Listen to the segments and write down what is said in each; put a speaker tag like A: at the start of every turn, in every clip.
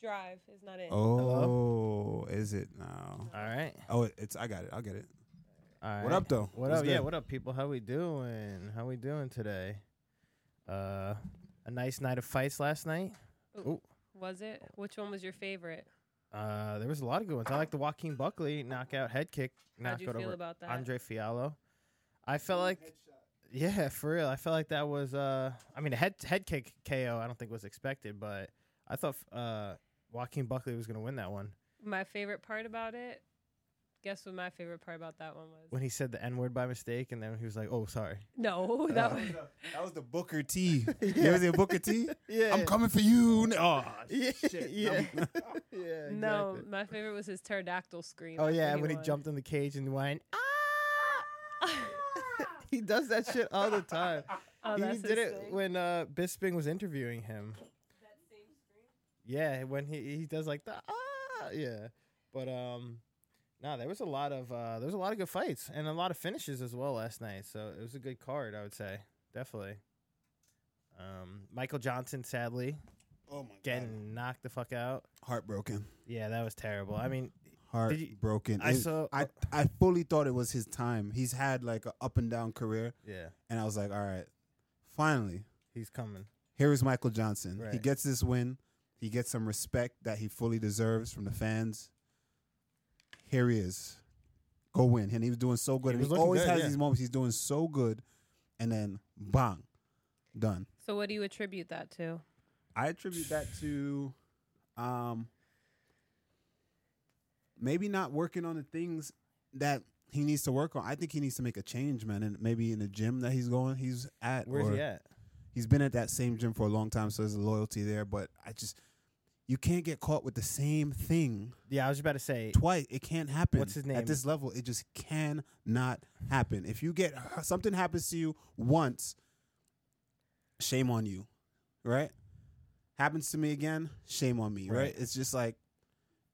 A: Drive is not it.
B: Oh, is it now?
C: All right.
B: Oh, it- it's I got it. I'll get it.
C: All right.
B: What up though?
C: What
B: What's
C: up? Yeah,
B: good?
C: what up, people? How we doing? How we doing today? Uh, a nice night of fights last night.
A: Was it? Which one was your favorite?
C: Uh, there was a lot of good ones. I like the Joaquin Buckley knockout head kick.
A: How'd
C: knockout
A: you feel
C: over
A: about that?
C: Andre Fiallo. I felt like, yeah, for real. I felt like that was, uh, I mean, a head head kick KO. I don't think was expected, but I thought uh, Joaquin Buckley was gonna win that one
A: My favorite part about it. Guess what my favorite part about that one was?
C: when he said the N word by mistake, and then he was like, "Oh, sorry."
A: No,
C: Oh.
A: that was
B: That was the Booker T. It was the Booker T.
C: Yeah.
B: I'm coming for you. Oh,
C: Yeah,
B: shit.
C: yeah,
B: No.
C: yeah. Exactly.
A: no. My favorite was his pterodactyl scream.
C: Oh
A: after
C: yeah, when he
A: won.
C: jumped in the cage and went, ah! he does that shit all the time.
A: Oh,
C: he
A: that's
C: did
A: his
C: it
A: thing?
C: when uh, Bisping was interviewing him. Yeah, when he he does like the ah, yeah. But um, no, there was a lot of uh, there was a lot of good fights and a lot of finishes as well last night. So it was a good card, I would say, definitely. Um, Michael Johnson sadly
B: Oh my
C: getting knocked the fuck out.
B: Heartbroken.
C: Yeah, that was terrible. I mean,
B: Heartbroken.
C: I
B: And
C: saw-
B: I I fully thought it was his time. He's had like an up and down career,
C: yeah,
B: and I was like, all right, finally,
C: he's coming.
B: here is Michael Johnson. He
C: Right.
B: gets this win. He gets some respect that he fully deserves from the fans. Here he is. Go win. And he was doing so good.
C: He
B: and
C: was
B: he
C: looking
B: always
C: good,
B: has
C: yeah.
B: these moments. He's doing so good. And then bang. Done.
A: So what do you attribute that to?
B: I attribute that to um maybe not working on the things that he needs to work on. I think he needs to make a change, man, and maybe in the gym that he's going, he's at
C: Where's
B: or-
C: he at?
B: he's been at that same gym for a long time, so there's a loyalty there. But I just, you can't get caught with the same thing
C: Yeah, I was about to say.
B: twice. It can't happen.
C: What's his name?
B: At this level, it just cannot happen. If you get something happens to you once, shame on you, right? Happens to me again, shame on me, right?
C: Right.
B: It's just like.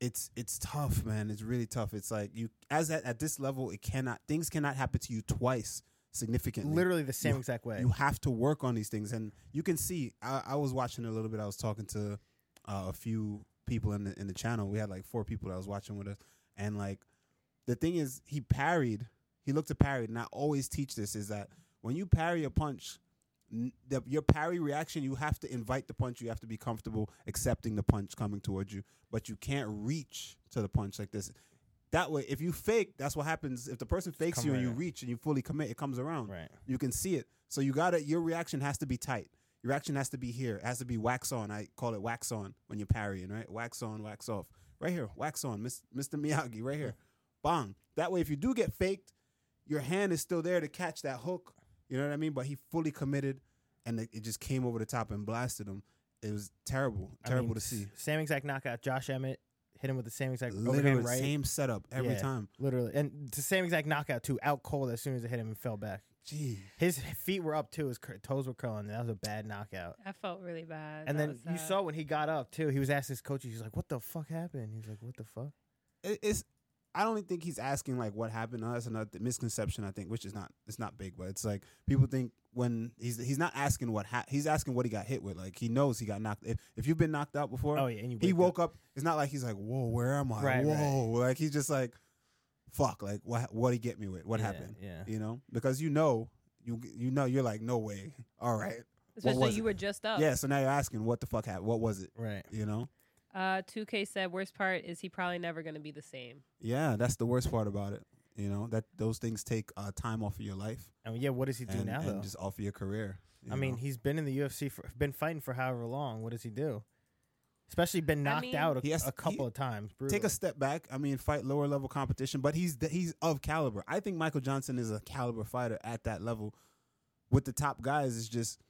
B: It's it's tough, man. It's really tough. It's like you as at, at this level, it cannot things cannot happen to you twice significantly
C: Literally the same
B: You-
C: exact way.
B: you have to work on these things and you can see i, I was watching a little bit i was talking to uh, a few people in the, in the channel we had like four people that was watching with us and like the thing is he parried he looked to parry and i always teach this is that when you parry a punch n- the, your parry reaction you have to invite the punch you have to be comfortable accepting the punch coming towards you but you can't reach to the punch like this that way if you fake that's what happens if the person fakes
C: come
B: you and you
C: right at.
B: reach and you fully commit it comes around
C: right.
B: you can see it. So you gotta your reaction has to be tight. Your reaction has to be here. It has to be wax on. I call it wax on when you're parrying, right? Wax on, wax off. Right here, wax on, Miss, Mr. Miyagi, right here. Bang. That way, if you do get faked, your hand is still there to catch that hook. You know what I mean? But he fully committed, and it, it just came over the top and blasted him. It was terrible,
C: I
B: terrible
C: mean,
B: to see.
C: s- Same exact knockout. Josh Emmett hit him with the same exact
B: Literally
C: overhand right.
B: same setup every
C: Yeah,
B: time.
C: Literally, and it's the same exact knockout too. Out cold as soon as it hit him and fell back.
B: Gee,
C: His feet were up too. His cur- toes were curling. That was a bad knockout.
A: I felt really bad.
C: And
A: That
C: then
A: was
C: you
A: sad.
C: saw when he got up too. He was asking his coaches. He's like, "What the fuck happened?" He was like, "What the fuck?"
B: it, it's. I don't think he's asking like what happened. Uh, That's another th- misconception I think, which is not it's not big, but it's like people think when he's he's not asking what ha- he's asking what he got hit with. Like he knows he got knocked. If if you've been knocked out before,
C: Oh yeah, and you
B: he
C: wake
B: woke up. It's not like he's like whoa, where am I?
C: Right, right.
B: whoa, like he's just like fuck. Like what what he get me with? What
C: Yeah,
B: happened?
C: Yeah.
B: You know because you know you you know you're like no way. All right, was
A: especially you
B: it?
A: were just
C: Oh.
A: up.
B: yeah. So now you're asking what the fuck happened? What was it?
C: Right.
B: You know.
A: Uh, 2K said worst part is he probably never going to be the same.
B: Yeah, that's the worst part about it. You know that those things take uh, time off of your life
C: And yeah, what does he do
B: and,
C: now
B: and
C: though?
B: just off of your career. you
C: I mean,
B: know?
C: he's been in the UFC for been fighting for however long. What does he do? Especially been knocked
A: mean-
C: out a,
B: He has-
C: a couple
B: he-
C: of times.
B: take a
C: brutally.
B: step back. I mean, fight lower level competition, but he's th- he's of caliber. I think Michael Johnson is a caliber fighter at that level. With the top guys, it's just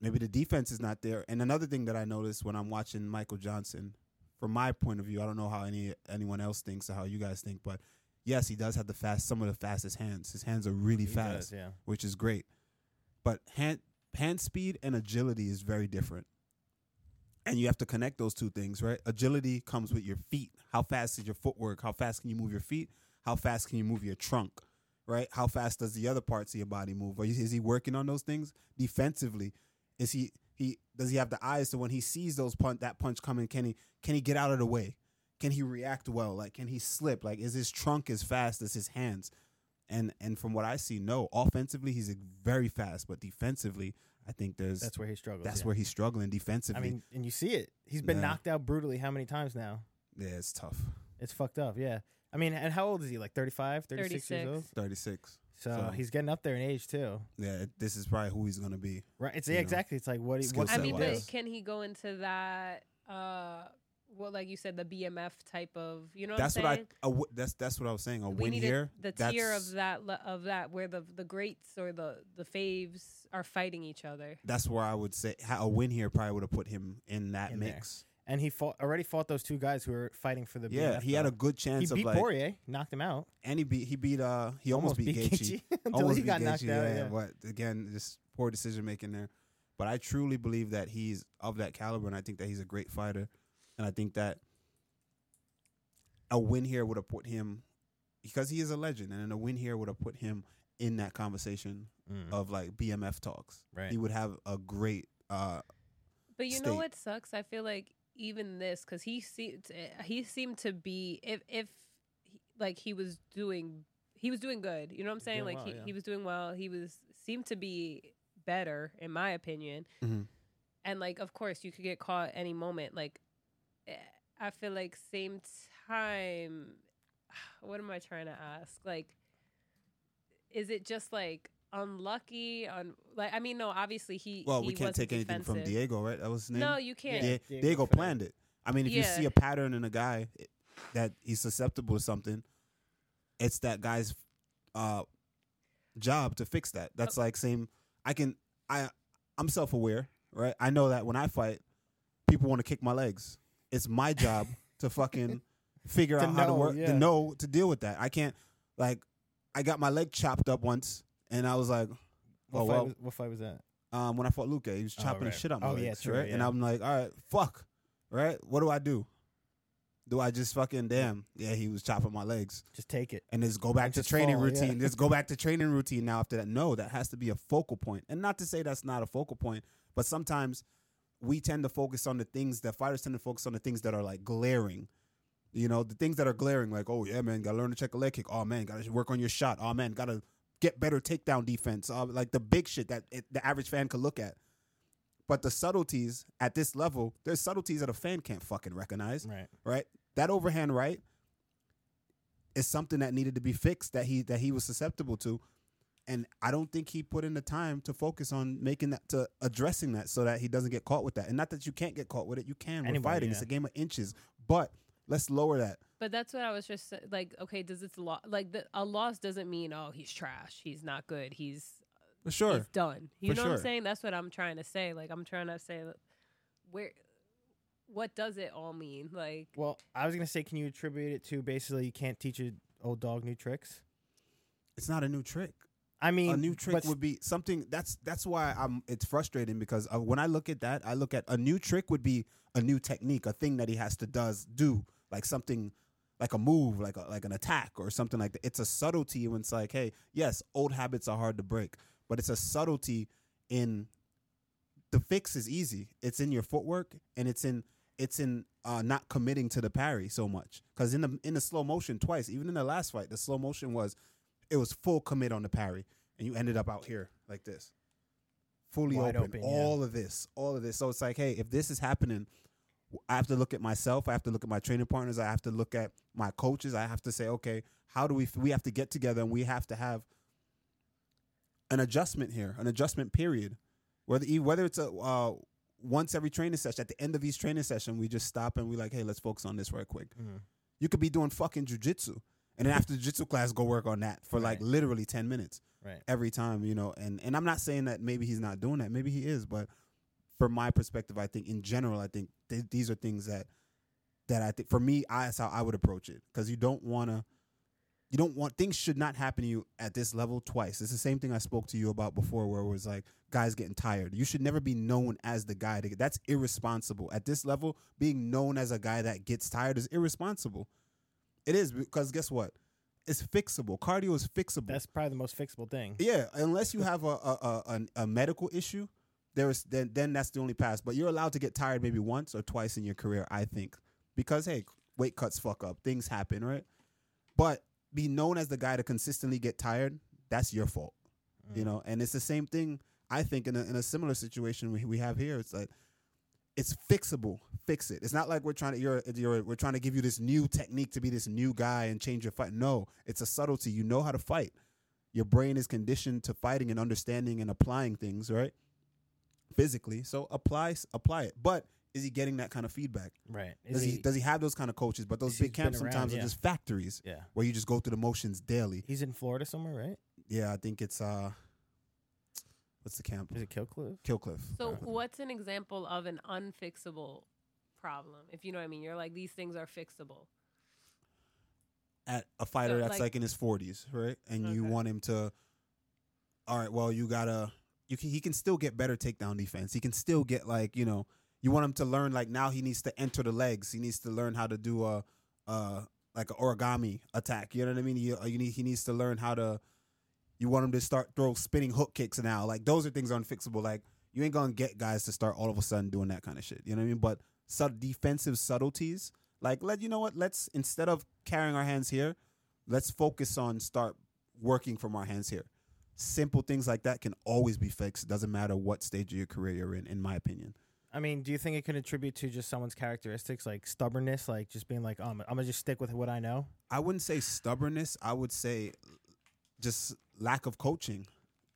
B: maybe the defense is not there. And another thing that I noticed when I'm watching Michael Johnson, from my point of view, I don't know how any anyone else thinks or how you guys think, but yes, he does have the fast some of the fastest hands. His hands are really
C: He
B: fast.
C: does, yeah.
B: which is great. But hand hand speed and agility is very different. And you have to connect those two things, right? Agility comes with your feet. How fast is your footwork? How fast can you move your feet? How fast can you move your trunk? Right? How fast does the other parts of your body move? Are you, is he working on those things defensively? Is he he does he have the eyes to when he sees those punch that punch coming? Can he can he get out of the way? Can he react well? Like can he slip? Like is his trunk as fast as his hands? And and from what I see, no. Offensively, he's uh, very fast, but defensively, I think there's
C: That's where he struggles.
B: that's
C: yeah.
B: where he's struggling defensively.
C: I mean, and you see it. He's been
B: Yeah.
C: knocked out brutally how many times now?
B: yeah, it's tough.
C: It's fucked up, yeah. I mean, and how old is he? Like 35, 36, years old?
A: 36.
B: Thirty six.
C: So,
B: So-
C: he's getting up there in age too.
B: Yeah, this is probably who he's gonna be.
C: Right. It's yeah,
B: You know,
C: exactly. It's like what do you-
B: skill
C: what's
A: I
B: set
C: he
A: mean,
C: do?
B: wise.
A: but can he go into that? Uh, well, like you said, the BMF type of you know.
B: that's
A: what
B: what
A: I'm
B: I,
A: saying?
B: a w- that's that's what I was saying. A
A: we
B: win
A: need a-
B: here.
A: the
B: that's,
A: tier of that le- of that where the the greats or the the faves are fighting each other.
B: That's where I would say ha- a win here probably would have put him in that
C: In there.
B: mix.
C: and he fought already fought those two guys who were fighting for the
B: Yeah,
C: BMF
B: he had a
C: belt.
B: good
C: he
B: chance of
C: beat
B: like,
C: Poirier, knocked him out.
B: and he beat he beat uh he almost, beat Gaethje.
C: until
B: almost
C: he
B: beat
C: got knocked
B: Gaethje,
C: out.
B: Yeah,
C: Yeah.
B: but again, just poor decision making there. But I truly believe that he's of that caliber, and I think that he's a great fighter, and I think that a win here would have put him because he is a legend, and a win here would have put him in that conversation
C: Mm,
B: of like BMF talks.
C: right.
B: Oh, He would have a great uh
A: But you know
B: state.
A: what sucks? I feel like even this because he seemed he seemed to be if if he- like he was doing he was doing good. You know what I'm
C: He's
A: saying?
C: doing
A: Like
C: well,
A: he,
C: yeah.
A: he was doing well. He was seemed to be better in my opinion.
B: Mhm.
A: And like of course you could get caught any moment. Like eh, I feel like same time. What am I trying to ask? Like is it just like unlucky on like I mean no obviously he
B: well,
A: he
B: we can't
A: wasn't
B: take anything from
A: defensive.
B: Diego, right? That was his name.
A: No, you can't.
B: Di-
C: Yeah,
B: Diego,
C: Diego Fernandez.
B: planned it. I mean, if you
A: Yeah.
B: see a pattern in a guy i- that he's susceptible to something, it's that guy's uh, job to fix that. That's like same. I can. I I'm self aware, right? I know that when I fight, people want to kick my legs. It's my job to fucking figure
C: To
B: out how to
C: know,
B: work
C: yeah.
B: to know to deal with that. I can't like I got my leg chopped up once, and I was like,
C: What,
B: Oh,
C: fight
B: well.
C: was, what fight was that?
B: um, when I fought Luca. He was
C: Oh,
B: chopping
C: right.
B: the shit out my
C: Oh, yeah,
B: legs,
C: true,
B: right? And
C: yeah.
B: I'm like, all right, fuck, right? What do I do? Do I just fucking damn? Yeah, he was chopping my legs,
C: Just take it.
B: and just go back to
C: just
B: training
C: fall, yeah.
B: routine. Just go back to training routine now. After that, no, that has to be a focal point. And not to say that's not a focal point, but sometimes we tend to focus on the things that fighters tend to focus on the things that are like glaring. You know, the things that are glaring, like, oh yeah, man, gotta learn to check a leg kick. Oh man, gotta work on your shot. Oh man, gotta get better takedown defense. Uh, like the big shit that it, the average fan could look at. But the subtleties at this level, there's subtleties that a fan can't fucking recognize,
C: Right.
B: right? That overhand right is something that needed to be fixed that he that he was susceptible to. And I don't think he put in the time to focus on making that to addressing that so that he doesn't get caught with that. And not that you can't get caught with it, you can. We're
C: Anybody,
B: fighting;
C: yeah.
B: it's a game of inches. But let's lower that.
A: But that's what I was just sa- like. Okay, does it's lo- like the, a loss doesn't mean oh he's trash, he's not good, he's
B: For sure.
A: he's done. You
B: For
A: know what
B: sure.
A: I'm saying? That's what I'm trying to say. Like I'm trying to say that where what does it all mean? Like
C: Well, I was gonna say, can you attribute it to basically you can't teach an old dog new tricks?
B: It's not a new trick.
C: I mean,
B: a new trick
C: but
B: would be something that's that's why I'm it's frustrating because uh, when I look at that, I look at a new trick would be a new technique, a thing that he has to does do like something like a move, like a, like an attack or something like that. It's a subtlety when it's like, hey, yes, old habits are hard to break, but it's a subtlety in the fix is easy. It's in your footwork and it's in it's in uh, not committing to the parry so much because in the in the slow motion twice, even in the last fight, the slow motion was it was full commit on the parry, and you ended up out here like this, fully
C: Wide
B: open,
C: open, yeah.
B: all of this, all of this. So it's like, hey, if this is happening, I have to look at myself. I have to look at my training partners. I have to look at my coaches. I have to say, okay, how do we? We have to get together, and we have to have an adjustment here, an adjustment period. Whether e- whether it's a uh, once every training session, at the end of each training session, we just stop and we like, hey, let's focus on this right quick.
C: Mm.
B: You could be doing fucking jujitsu, and then after jujitsu class, go work on that for like
C: Right.
B: literally ten minutes
C: right.
B: every time, you know. And and I'm not saying that maybe he's not doing that. Maybe he is, but from my perspective, I think in general, I think th- these are things that that I think for me, I, that's how I would approach it because you don't want to. You don't want things should not happen to you at this level twice. It's the same thing I spoke to you about before, where it was like guys getting tired. You should never be known as the guy. To get, that's irresponsible at this level. Being known as a guy that gets tired is irresponsible. It is because guess what? It's fixable. Cardio is fixable.
C: That's probably the most fixable thing.
B: Yeah, unless you have a a, a, an- a medical issue, there's then then that's the only pass. But you're allowed to get tired maybe once or twice in your career, I think, because hey, weight cuts fuck up, things happen, right? But be known as the guy to consistently get tired. That's your fault, you know. And it's the same thing I think in a, in a similar situation we we have here. It's like it's fixable. Fix it. It's not like we're trying to you're, you're we're trying to give you this new technique to be this new guy and change your fight. No, it's a subtlety. You know how to fight. Your brain is conditioned to fighting and understanding and applying things, right? Physically. So apply s- apply it. But is he getting that kind of feedback?
C: Right. Is
B: Does he,
C: he-
B: does he have those kind of coaches? But those
C: He's
B: big
C: been
B: camps
C: around,
B: sometimes are
C: yeah.
B: just factories
C: yeah.
B: where you just go through the motions daily.
C: He's in Florida somewhere, right?
B: Yeah, I think it's uh what's the camp?
C: Is it Killcliff?
B: Killcliff.
A: So,
B: Uh,
A: what's an example of an unfixable problem? If you know what I mean, you're like these things are fixable.
B: at a fighter
A: So,
B: that's
A: like-
B: like, in his forties, right? And you
A: Okay.
B: want him to, all right, well, you gotta, you can, he can still get better takedown defense. He can still get like, you know, you want him to learn like now he needs to enter the legs. He needs to learn how to do a, uh, like an origami attack. You know what I mean? You, you need, he needs to learn how to. You want him to start throw spinning hook kicks now. Like those are things unfixable. Like you ain't gonna get guys to start all of a sudden doing that kind of shit. You know what I mean? But sub defensive subtleties, like let you know what. Let's instead of carrying our hands here, let's focus on start working from our hands here. Simple things like that can always be fixed. Doesn't matter what stage of your career you're in, in my opinion.
C: I mean, do you think it can attribute to just someone's characteristics, like stubbornness, like just being like, um, I'm gonna just stick with what I know?
B: I wouldn't say stubbornness. I would say just lack of coaching.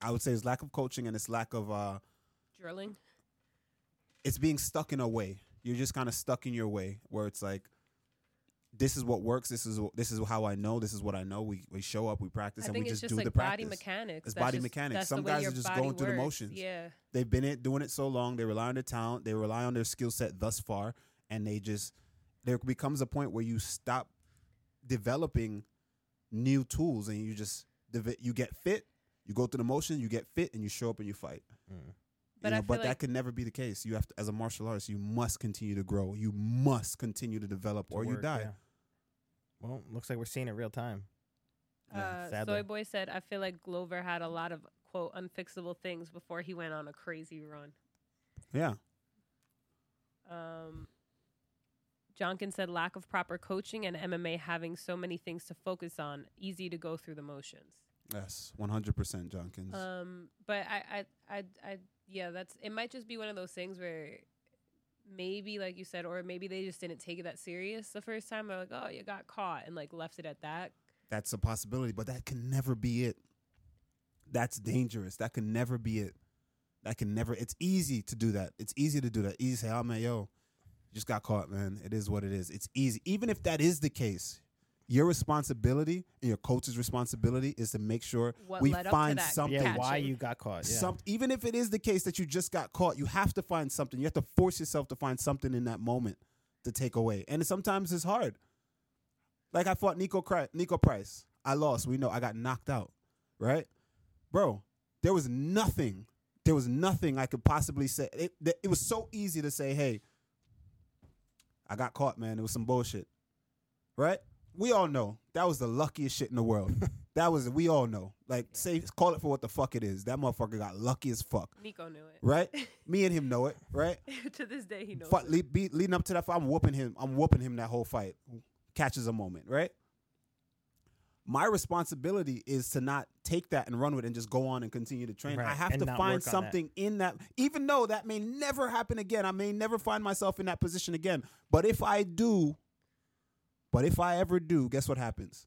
B: I would say it's lack of coaching and it's lack of uh,
A: Drilling.
B: it's being stuck in a way. You're just kind of stuck in your way where it's like, this is what works. This is this is how I know. This is what I know. We we show up, we practice,
A: I
B: and we
A: think
B: just
A: it's just
B: do the
A: like body
B: practice.
A: mechanics.
B: It's
A: That's
B: body
A: just-
B: mechanics.
A: that's the
B: Some
A: way
B: guys are
A: your
B: just
A: body
B: going through the
A: works.
B: motions.
A: Yeah.
B: they've been it doing it so long. They rely on their talent. They rely on their skill set thus far, and they just there becomes a point where you stop developing new tools, and you just deve- you get fit. You go through the motion, you get fit, and you show up and you fight.
A: But
B: you
A: I
B: know,
A: feel
B: but
A: like-
B: that can never be the case. You have to, as a martial artist, you must continue to grow. You must continue to develop,
C: to
B: or you
C: work,
B: die.
C: yeah. Well, looks like we're seeing it real time. Yeah,
A: Uh,
C: sadly.
A: Soy Boy said, I feel like Glover had a lot of quote unfixable things before he went on a crazy run.
B: Yeah,
A: Um, Jonkin said, lack of proper coaching and MMA having so many things to focus on, easy to go through the motions.
B: yes, one hundred percent, Johnkins.
A: Um, but I, I, I, I, yeah, that's it. Might just be one of those things where maybe, like you said, or maybe they just didn't take it that serious the first time. They're like, oh, you got caught, and like left it at that.
B: That's a possibility, but that can never be it. That's dangerous. That can never be it. That can never. It's easy to do that. It's easy to do that. Easy. to Say, oh man, yo, you just got caught, man. It is what it is. It's easy. Even if that is the case, your responsibility and your coach's responsibility is to make sure
A: What
B: we
A: led up to
B: find
A: that
B: something.
C: Yeah, why
A: Catching.
C: you got caught? Yeah.
B: Some, even if it is the case that you just got caught, you have to find something. You have to force yourself to find something in that moment to take away. And sometimes it's hard. Like I fought Nico, Cri- Nico Price. I lost. We know I got knocked out, right? Bro, there was nothing. There was nothing I could possibly say. It, th- it was so easy to say, hey, I got caught, man. It was some bullshit, right? We all know that was the luckiest shit in the world. that was we all know. Like say call it for what the fuck it is. That motherfucker got lucky as fuck,
A: Nico knew it.
B: right? Me and him know it, right?
A: to this day, he knows.
B: Fuck,
A: it.
B: le- be, leading up to that fight, I'm whooping him. I'm whooping him that whole fight. Catches a moment, right? My responsibility is to not take that and run with it and just go on and continue to train.
C: Right,
B: I have
C: and
B: to
C: not
B: find
C: work on that.
B: something in that, even though that may never happen again. I may never find myself in that position again. But if I do, but if I ever do, guess what happens?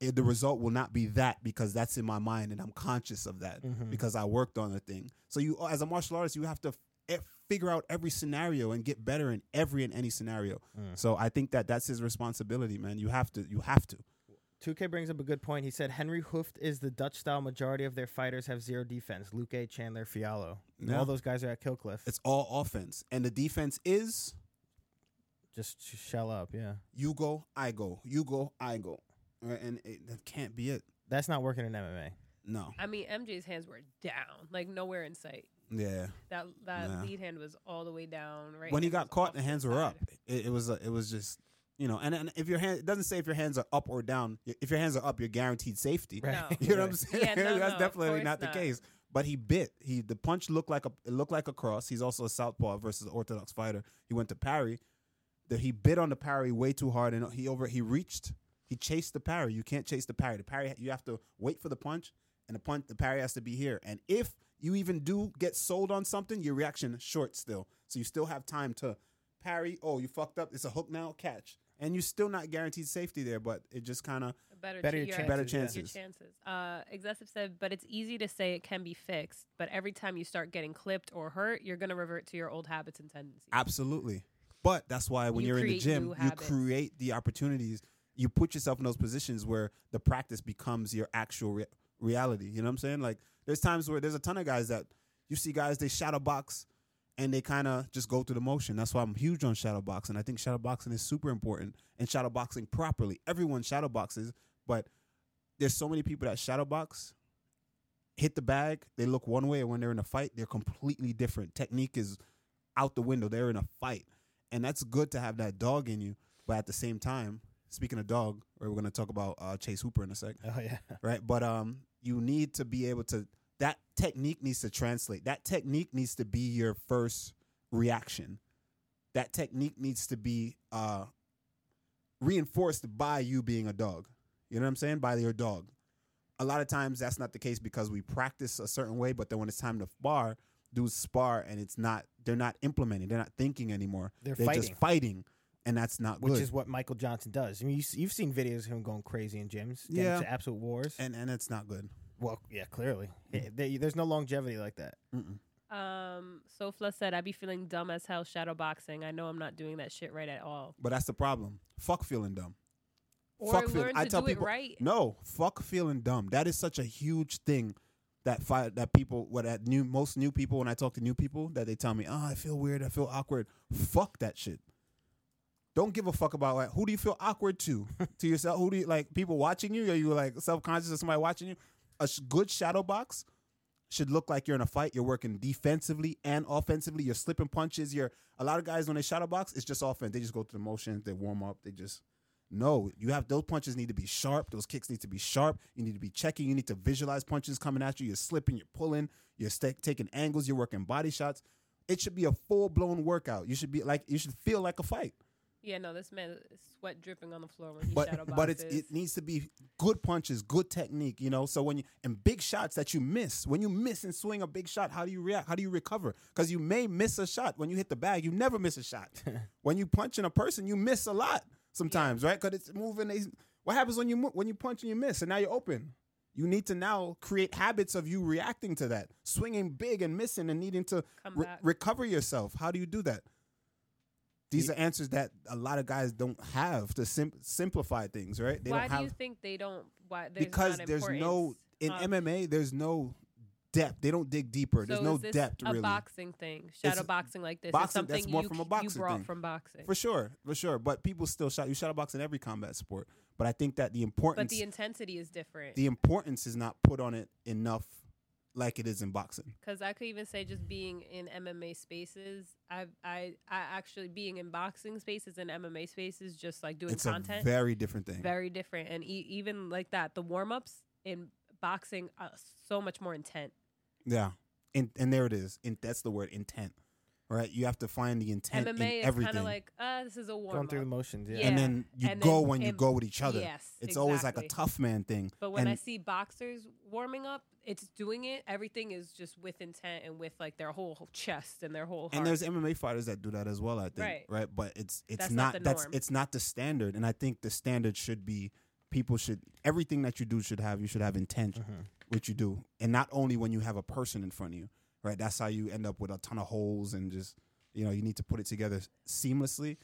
B: It, the result will not be that because that's in my mind and I'm conscious of that
C: Mhm.
B: because I worked on the thing. So you, as a martial artist, you have to f- e, figure out every scenario and get better in every and any scenario.
C: Mm.
B: So I think that that's his responsibility, man. You have to, you have to.
C: 2K brings up a good point. He said Henry Hooft is the Dutch style. Majority of their fighters have zero defense. Luque, Chandler, Fiallo. And
B: Yeah.
C: All those guys are at Killcliff.
B: It's all offense, and the defense is
C: Just sh- shell up, yeah.
B: you go, I go, you go, I go, Right? and it, that can't be it.
C: That's not working in MMA.
B: No,
A: I mean, MJ's hands were down, like nowhere in sight.
B: yeah.
A: That that
B: Yeah.
A: lead hand was all the way down. Right
B: when he
A: hand
B: got
A: was
B: caught,
A: off
B: the hands were up.
A: side.
B: It, it was a, it was just you know, and, and if your hand it doesn't say if your hands are up or down. If your hands are up, you're guaranteed safety.
A: Right. No.
B: You know what I'm
C: Right.
B: saying?
A: Yeah, no, no,
B: That's
A: of
B: definitely
A: course
B: not the
A: not.
B: case. but he bit. He the punch looked like a it looked like a cross. He's also a southpaw versus an orthodox fighter. He went to parry. That he bit on the parry way too hard, and he over he reached. He chased the parry. You can't chase the parry. The parry you have to wait for the punch, and the punch the parry has to be here. And if you even do get sold on something, your reaction is short still, so you still have time to parry. Oh, you fucked up. It's a hook now. Catch, and you're still not guaranteed safety there. But it just kind of
A: Better,
C: Better
A: ch-
C: your
A: your-
C: chances,
B: better
C: yeah.
A: Your
B: chances.
A: chances. Uh, excessive said, but it's easy to say it can be fixed. But every time you start getting clipped or hurt, you're going to revert to your old habits and tendencies.
B: Absolutely. But that's why when
A: You
B: you are in the
A: create new
B: gym, you
A: habits.
B: create the opportunities. You put yourself in those positions where the practice becomes your actual re- reality. You know what I'm saying? Like there's times where there's a ton of guys that you see guys they shadow box and they kind of just go through the motion. That's why I'm huge on shadow boxing. I think shadow boxing is super important and shadow boxing properly. Everyone shadow boxes, but there's so many people that shadow box, hit the bag, they look one way, and when they're in a fight, they're completely different. Technique is out the window. They're in a fight, and that's good to have that dog in you. But at the same time, speaking of dog, we're going to talk about uh, Chase Hooper in a sec
C: Oh yeah.
B: right? But um, you need to be able to that technique needs to translate. That technique needs to be your first reaction. That technique needs to be uh, reinforced by you being a dog. You know what I'm saying? By your dog. A lot of times that's not the case because we practice a certain way, but then when it's time to spar, dudes spar and it's not they're not implementing, they're not thinking anymore.
C: They're
B: just fighting, and that's not
C: Which
B: good.
C: is what Michael Johnson does. I mean, you, s- you've seen videos of him going crazy in gyms, getting
B: Yeah.
C: to absolute wars.
B: and Hmm. and it's not good.
C: well, yeah, clearly, Yeah, there- there's no longevity like that.
B: Mm-mm.
A: Um, Sofla said, I be feeling dumb as hell shadow boxing. I know I'm not doing that shit right at all.
B: But that's the problem. Fuck feeling dumb.
A: Or
B: Fuck feeling-
A: learn to
B: I tell
A: do
B: people-
A: it right.
B: No, fuck feeling dumb. That is such a huge thing that fi- that people what that new most new people when I talk to new people that they tell me, "Oh, I feel weird. I feel awkward." Fuck that shit. Don't give a fuck about like, who do you feel awkward to? to yourself, who do you like people watching you? Are you like self-conscious of somebody watching you? A sh- good shadow box should look like you're in a fight. You're working defensively and offensively. You're slipping punches. You're a lot of guys when they shadow box, it's just offense. They just go through the motions. They warm up. They just no. You have those punches need to be sharp. Those kicks need to be sharp. You need to be checking. You need to visualize punches coming at you. You're slipping. You're pulling. You're sta- taking angles. You're working body shots. It should be a full blown workout. You should be like you should feel like a fight.
A: Yeah, no, this man is sweat dripping on the floor when he shadow
B: But
A: boxes.
B: but it's, it needs to be good punches, good technique, you know. So when you and big shots that you miss, when you miss and swing a big shot, how do you react? How do you recover? Because you may miss a shot when you hit the bag. You never miss a shot. when you punch in a person, you miss a lot sometimes, right? Because it's moving. They, what happens when you mo- when you punch and you miss, and now you're open. You need to now create habits of you reacting to that, swinging big and missing, and needing to
A: Come
B: re-
A: back.
B: recover yourself. How do you do that? These are answers that a lot of guys don't have to sim- simplify things, right? They
A: why
B: don't
A: do
B: have
A: you think they don't? Why there's
B: because
A: not
B: there's no
A: importance
B: in
A: of-
B: MMA. There's no depth. They don't dig deeper. there's
A: So
B: no
A: is this
B: depth
A: a
B: really.
A: boxing thing, shadow boxing like this. is
B: boxing-
A: something
B: that's more
A: you,
B: from a
A: c-
B: boxing
A: you brought
B: thing.
A: from boxing.
B: For sure, for sure. But people still shot. You shot a box in every combat sport. But I think that the
A: But
B: importance,
A: the intensity is different.
B: the importance is not put on it enough, like it is in boxing.
A: because I could even say just being in MMA spaces, I I I actually being in boxing spaces and MMA spaces, just like doing
B: it's
A: content,
B: a very different thing.
A: very different. And e- even like that, the warm ups in boxing are so much more intent.
B: Yeah, and and there it is. And that's the word intent. Right, you have to find the intent in
A: MMA is kind
B: everything,
A: of like, uh, this is a warm
C: Going through the
A: up.
C: motions. Yeah.
A: Yeah.
B: and then you
A: and
B: go
A: then
B: when you
A: im-
B: go with each other.
A: Yes,
B: it's always like a
A: exactly.
B: tough man thing.
A: But when
B: and
A: I see boxers warming up, it's doing it. Everything is just with intent and with like their whole chest and their whole heart.
B: and there's MMA fighters that do that as well. I think right,
A: Right.
B: but it's it's
A: That's
B: not,
A: not the
B: that's
A: norm.
B: it's not the standard. And I think the standard should be people should everything that you do should have you should have intent what you do, and not only when you have a person in front of you. Right, that's how you end up with a ton of holes and just you know you need to put it together seamlessly.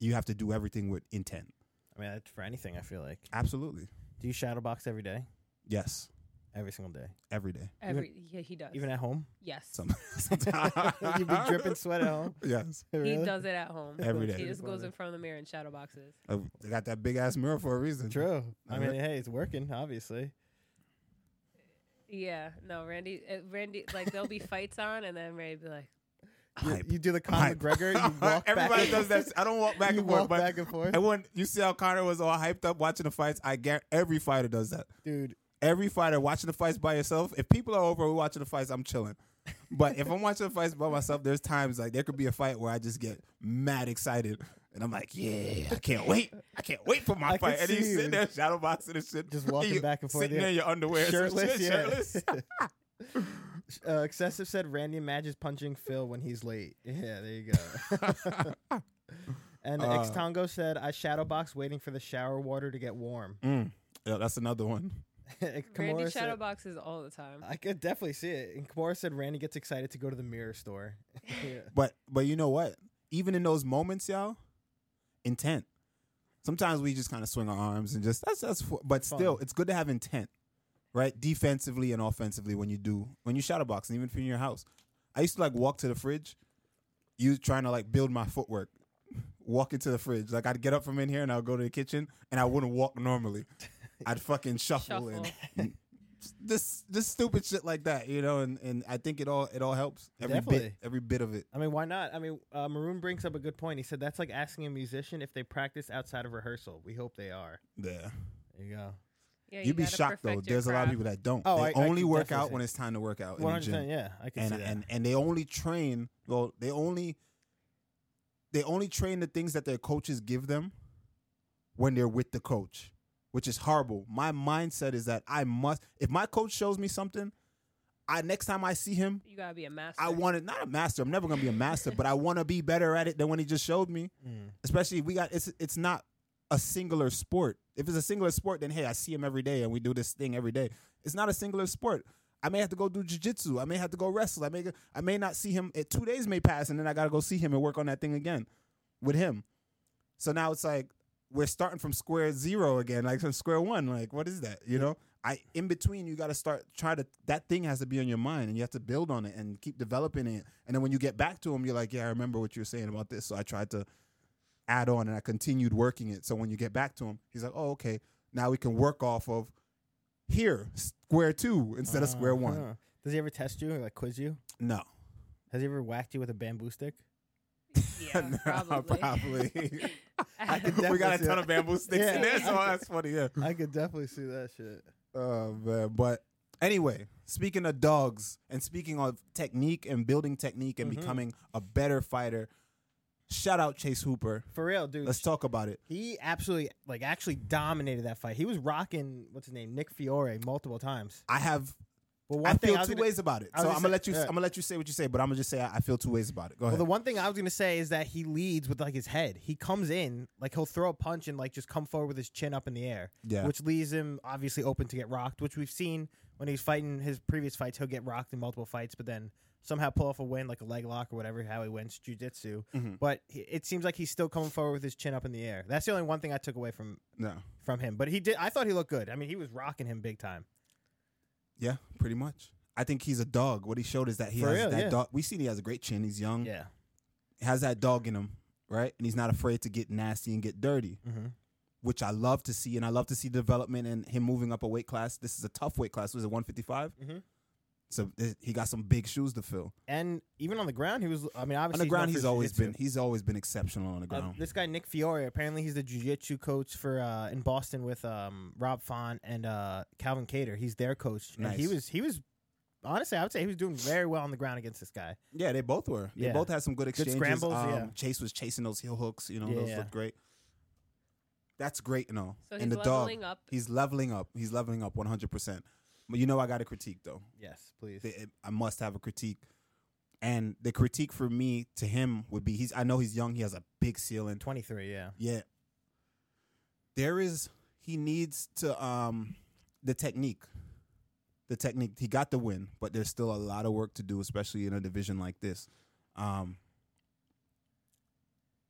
B: You have to do everything with intent.
C: I mean, that's for anything. I feel like.
B: Absolutely,
C: Do you shadow box every day?
B: yes,
C: Every single day,
B: every day.
A: Every yeah, he does.
C: even at home.
A: yes,
B: Some, sometimes
C: you be dripping sweat at home.
B: Yes,
A: he
C: Really?
A: does it at home.
B: Every
A: He
B: day.
A: just goes in front of the mirror and shadow boxes.
B: I got that big ass mirror for a reason.
C: True. I mean,
B: Alright.
C: hey, it's working. Obviously.
A: Yeah, no, Randy, uh, Randy, like there'll be fights on, and then Randy be like,
C: You,
B: Hype.
C: you do the Conor
B: Hype.
C: McGregor. You walk
B: Everybody
C: back
B: does that. I don't walk back
C: you
B: and forth,
C: walk
B: but
C: back and forth,
B: Everyone, you see how Connor was all hyped up watching the fights. I guarantee every fighter does that.
C: dude.
B: every fighter watching the fights by yourself. If people are over, we're watching the fights. I'm chilling. But if I'm watching the fights by myself, there's times like there could be a fight where I just get mad excited and I'm like, yeah, I can't wait. I can't wait for my
C: I
B: fight.
C: could
B: And you
C: see you.
B: sitting there shadow boxing and shit.
C: Just walking
B: You
C: back and forth,
B: Sitting
C: yeah.
B: there in your underwear.
C: Shirtless,
B: Shirtless.
C: yeah.
B: shirtless.
C: Uh, excessive said Randy Madge is punching Phil when he's late. Yeah, there you go. and
B: Uh,
C: X Tongo said, I shadow box waiting for the shower water to get warm.
B: Mm. Yeah, that's another one.
A: Randy
C: Kamora said,
A: shadow boxes all the time.
B: Uh,
C: I could definitely see it. And Kamora said Randy gets excited to go to the mirror store. yeah.
B: But but you know what? Even in those moments, y'all, intent. Sometimes we just kind of swing our arms and just that's that's. fu- But still,
C: Fun.
B: it's good to have intent, right? Defensively and offensively when you do when you shadow box and even if you're in your house. I used to like walk to the fridge, you trying to like build my footwork. Walk into the fridge. Like I'd get up from in here and I'd go to the kitchen and I wouldn't walk normally. I'd fucking shuffle, and this this stupid shit like that, you know, and, and I think it all it all helps. Every bit
C: Definitely.
B: every bit of it.
C: I mean, why not? I mean, uh, Maroon brings up a good point. He said that's like asking a musician if they practice outside of rehearsal. We hope they are.
B: Yeah.
C: There you go.
A: Yeah,
B: You'd be shocked though. There's a lot of people that don't.
C: Oh, I- I
B: they
C: can
B: only work
C: definitely
B: out
C: see.
B: when it's time to work out in
C: One
B: the
C: hundred
B: gym,
C: percent. Yeah, I can
B: and
C: see that.
B: and and they only train. Well, they only they only train the things that their coaches give them when they're with the coach, which is horrible. My mindset is that I must. If my coach shows me something, I next time I see him,
A: You gotta be a master.
B: I want it not a master. I'm never gonna be a master, but I want to be better at it than when he just showed me
C: Mm.
B: especially we got it's it's not a singular sport. If it's a singular sport, then hey, I see him every day and we do this thing every day. It's not a singular sport. I may have to go do jujitsu. I may have to go wrestle. I may go- I may not see him. It, two days may pass, and then I gotta go see him and work on that thing again with him. So now it's like we're starting from square zero again, like from square one. Like what is that? You know, I in between you gotta start try to that thing has to be on your mind, and you have to build on it and keep developing it. And then when you get back to him, you're like, yeah, I remember what you were saying about this. So I tried to add on and I continued working it. So when you get back to him, he's like, oh, okay, now we can work off of here, square two instead of square one.
C: Uh-huh. Does he ever test you or like quiz you?
B: No.
C: Has he ever whacked you with a bamboo stick?
A: Yeah,
B: No,
A: probably.
B: probably.
A: I
C: could
B: we got
C: definitely
B: a
C: see
B: ton
C: that.
B: of bamboo sticks
C: Yeah.
B: in there, so that's funny, yeah.
C: I could definitely see that shit.
B: Oh, man. But anyway, speaking of dogs and speaking of technique and building technique and
C: Mhm.
B: becoming a better fighter, shout out Chase Hooper.
C: For real, dude.
B: Let's talk about it.
C: He absolutely like actually dominated that fight. He was rocking what's his name, Nick Fiore, multiple times.
B: I have
C: Well,
B: I feel
C: I was
B: two
C: gonna-
B: ways about it.
C: I was
B: So
C: gonna
B: I'm gonna
C: say-
B: let you
C: yeah.
B: I'm gonna let you say what you say, but I'm gonna just say I, I feel two ways about it. Go
C: Well,
B: ahead.
C: the one thing I was gonna say is that he leads with like his head. He comes in, like he'll throw a punch and like just come forward with his chin up in the air,
B: Yeah.
C: which leaves him obviously open to get rocked. Which we've seen when he's fighting his previous fights, he'll get rocked in multiple fights, but then somehow pull off a win, like a leg lock or whatever. How he wins jujitsu,
B: Mhm.
C: but he, it seems like he's still coming forward with his chin up in the air. That's the only one thing I took away from
B: No.
C: from him. But he did. I thought he looked good. I mean, he was rocking him big time.
B: Yeah, pretty much. I think he's a dog. What he showed is that he
C: For
B: has
C: real,
B: that
C: yeah.
B: dog. We seen he has a great chin. He's young.
C: Yeah.
B: Has that dog in him, right? And he's not afraid to get nasty and get dirty,
C: Mm-hmm.
B: which I love to see. And I love to see development and him moving up a weight class. This is a tough weight class. Was it 155?
C: Mhm.
B: So th- he got some big shoes to fill.
C: And even on the ground, he was. I mean,
B: On
C: obviously
B: the ground,
C: Oh, known for
B: he's always
C: jiu-jitsu.
B: been he's always been exceptional on the
C: Uh,
B: ground.
C: this guy Nick Fiore, apparently he's the jiu-jitsu coach for uh, in Boston with um, Rob Font and uh, Calvin Cater. He's their coach, and he
B: Nice.
C: was he was honestly, I would say he was doing very well on the ground against this guy.
B: yeah, they both were. They
C: Yeah.
B: both had some good exchanges.
C: scrambles,
B: um,
C: yeah.
B: Chase was chasing those heel hooks. You know, those
C: Yeah.
B: looked great. That's great, and all.
A: So
B: and
A: he's
B: the dog.
A: leveling up.
B: He's leveling up. He's leveling up 100%. But you know, I got a critique, though.
C: Yes, please.
B: Th- it- I must have a critique. And the critique for me to him would be he's, I know he's young, he has a big ceiling.
C: Twenty three, yeah.
B: Yeah. There is, he needs to, um, the technique. The technique, he got the win, but there's still a lot of work to do, especially in a division like this. Um,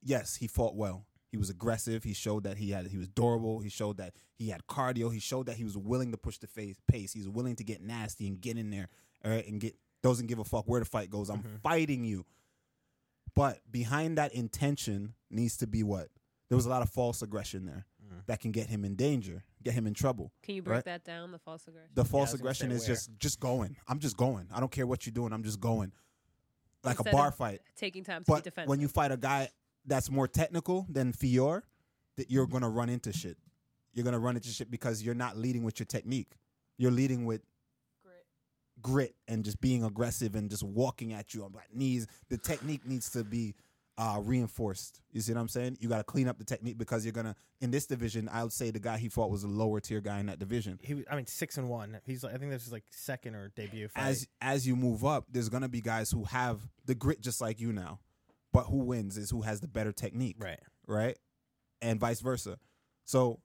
B: yes, he fought well. He was aggressive. He showed that he had he was durable. He showed that he had cardio. He showed that he was willing to push the face, pace. He was willing to get nasty and get in there, all right, and get doesn't give a fuck where the fight goes. I'm
C: Mhm.
B: fighting you. But behind that intention needs to be what? There was a lot of false aggression there
C: Mhm.
B: that can get him in danger, get him in trouble.
A: Can you break
B: right?
A: that down? The false aggression.
B: The false
C: was gonna
B: aggression
C: say
B: is
C: where.
B: just just going. I'm just going. I don't care what you're doing. I'm just going. Like
A: Instead
B: a bar
A: of
B: fight
A: Taking time to be
B: but
A: defensive.
B: when you fight a guy that's more technical than Fior, that you're gonna run into shit. You're gonna run into shit because you're not leading with your technique. You're leading with
A: Grit.
B: grit and just being aggressive and just walking at you on black knees. The technique needs to be uh, reinforced. You see what I'm saying? You got to clean up the technique because you're gonna in this division. I would say the guy he fought was a lower tier guy in that division.
C: He, was- I mean, six and one. He's like, I think this is like second or debut fight.
B: As as you move up, there's gonna be guys who have the grit just like you now, but who wins is who has the better technique.
C: right.
B: right? And vice versa. So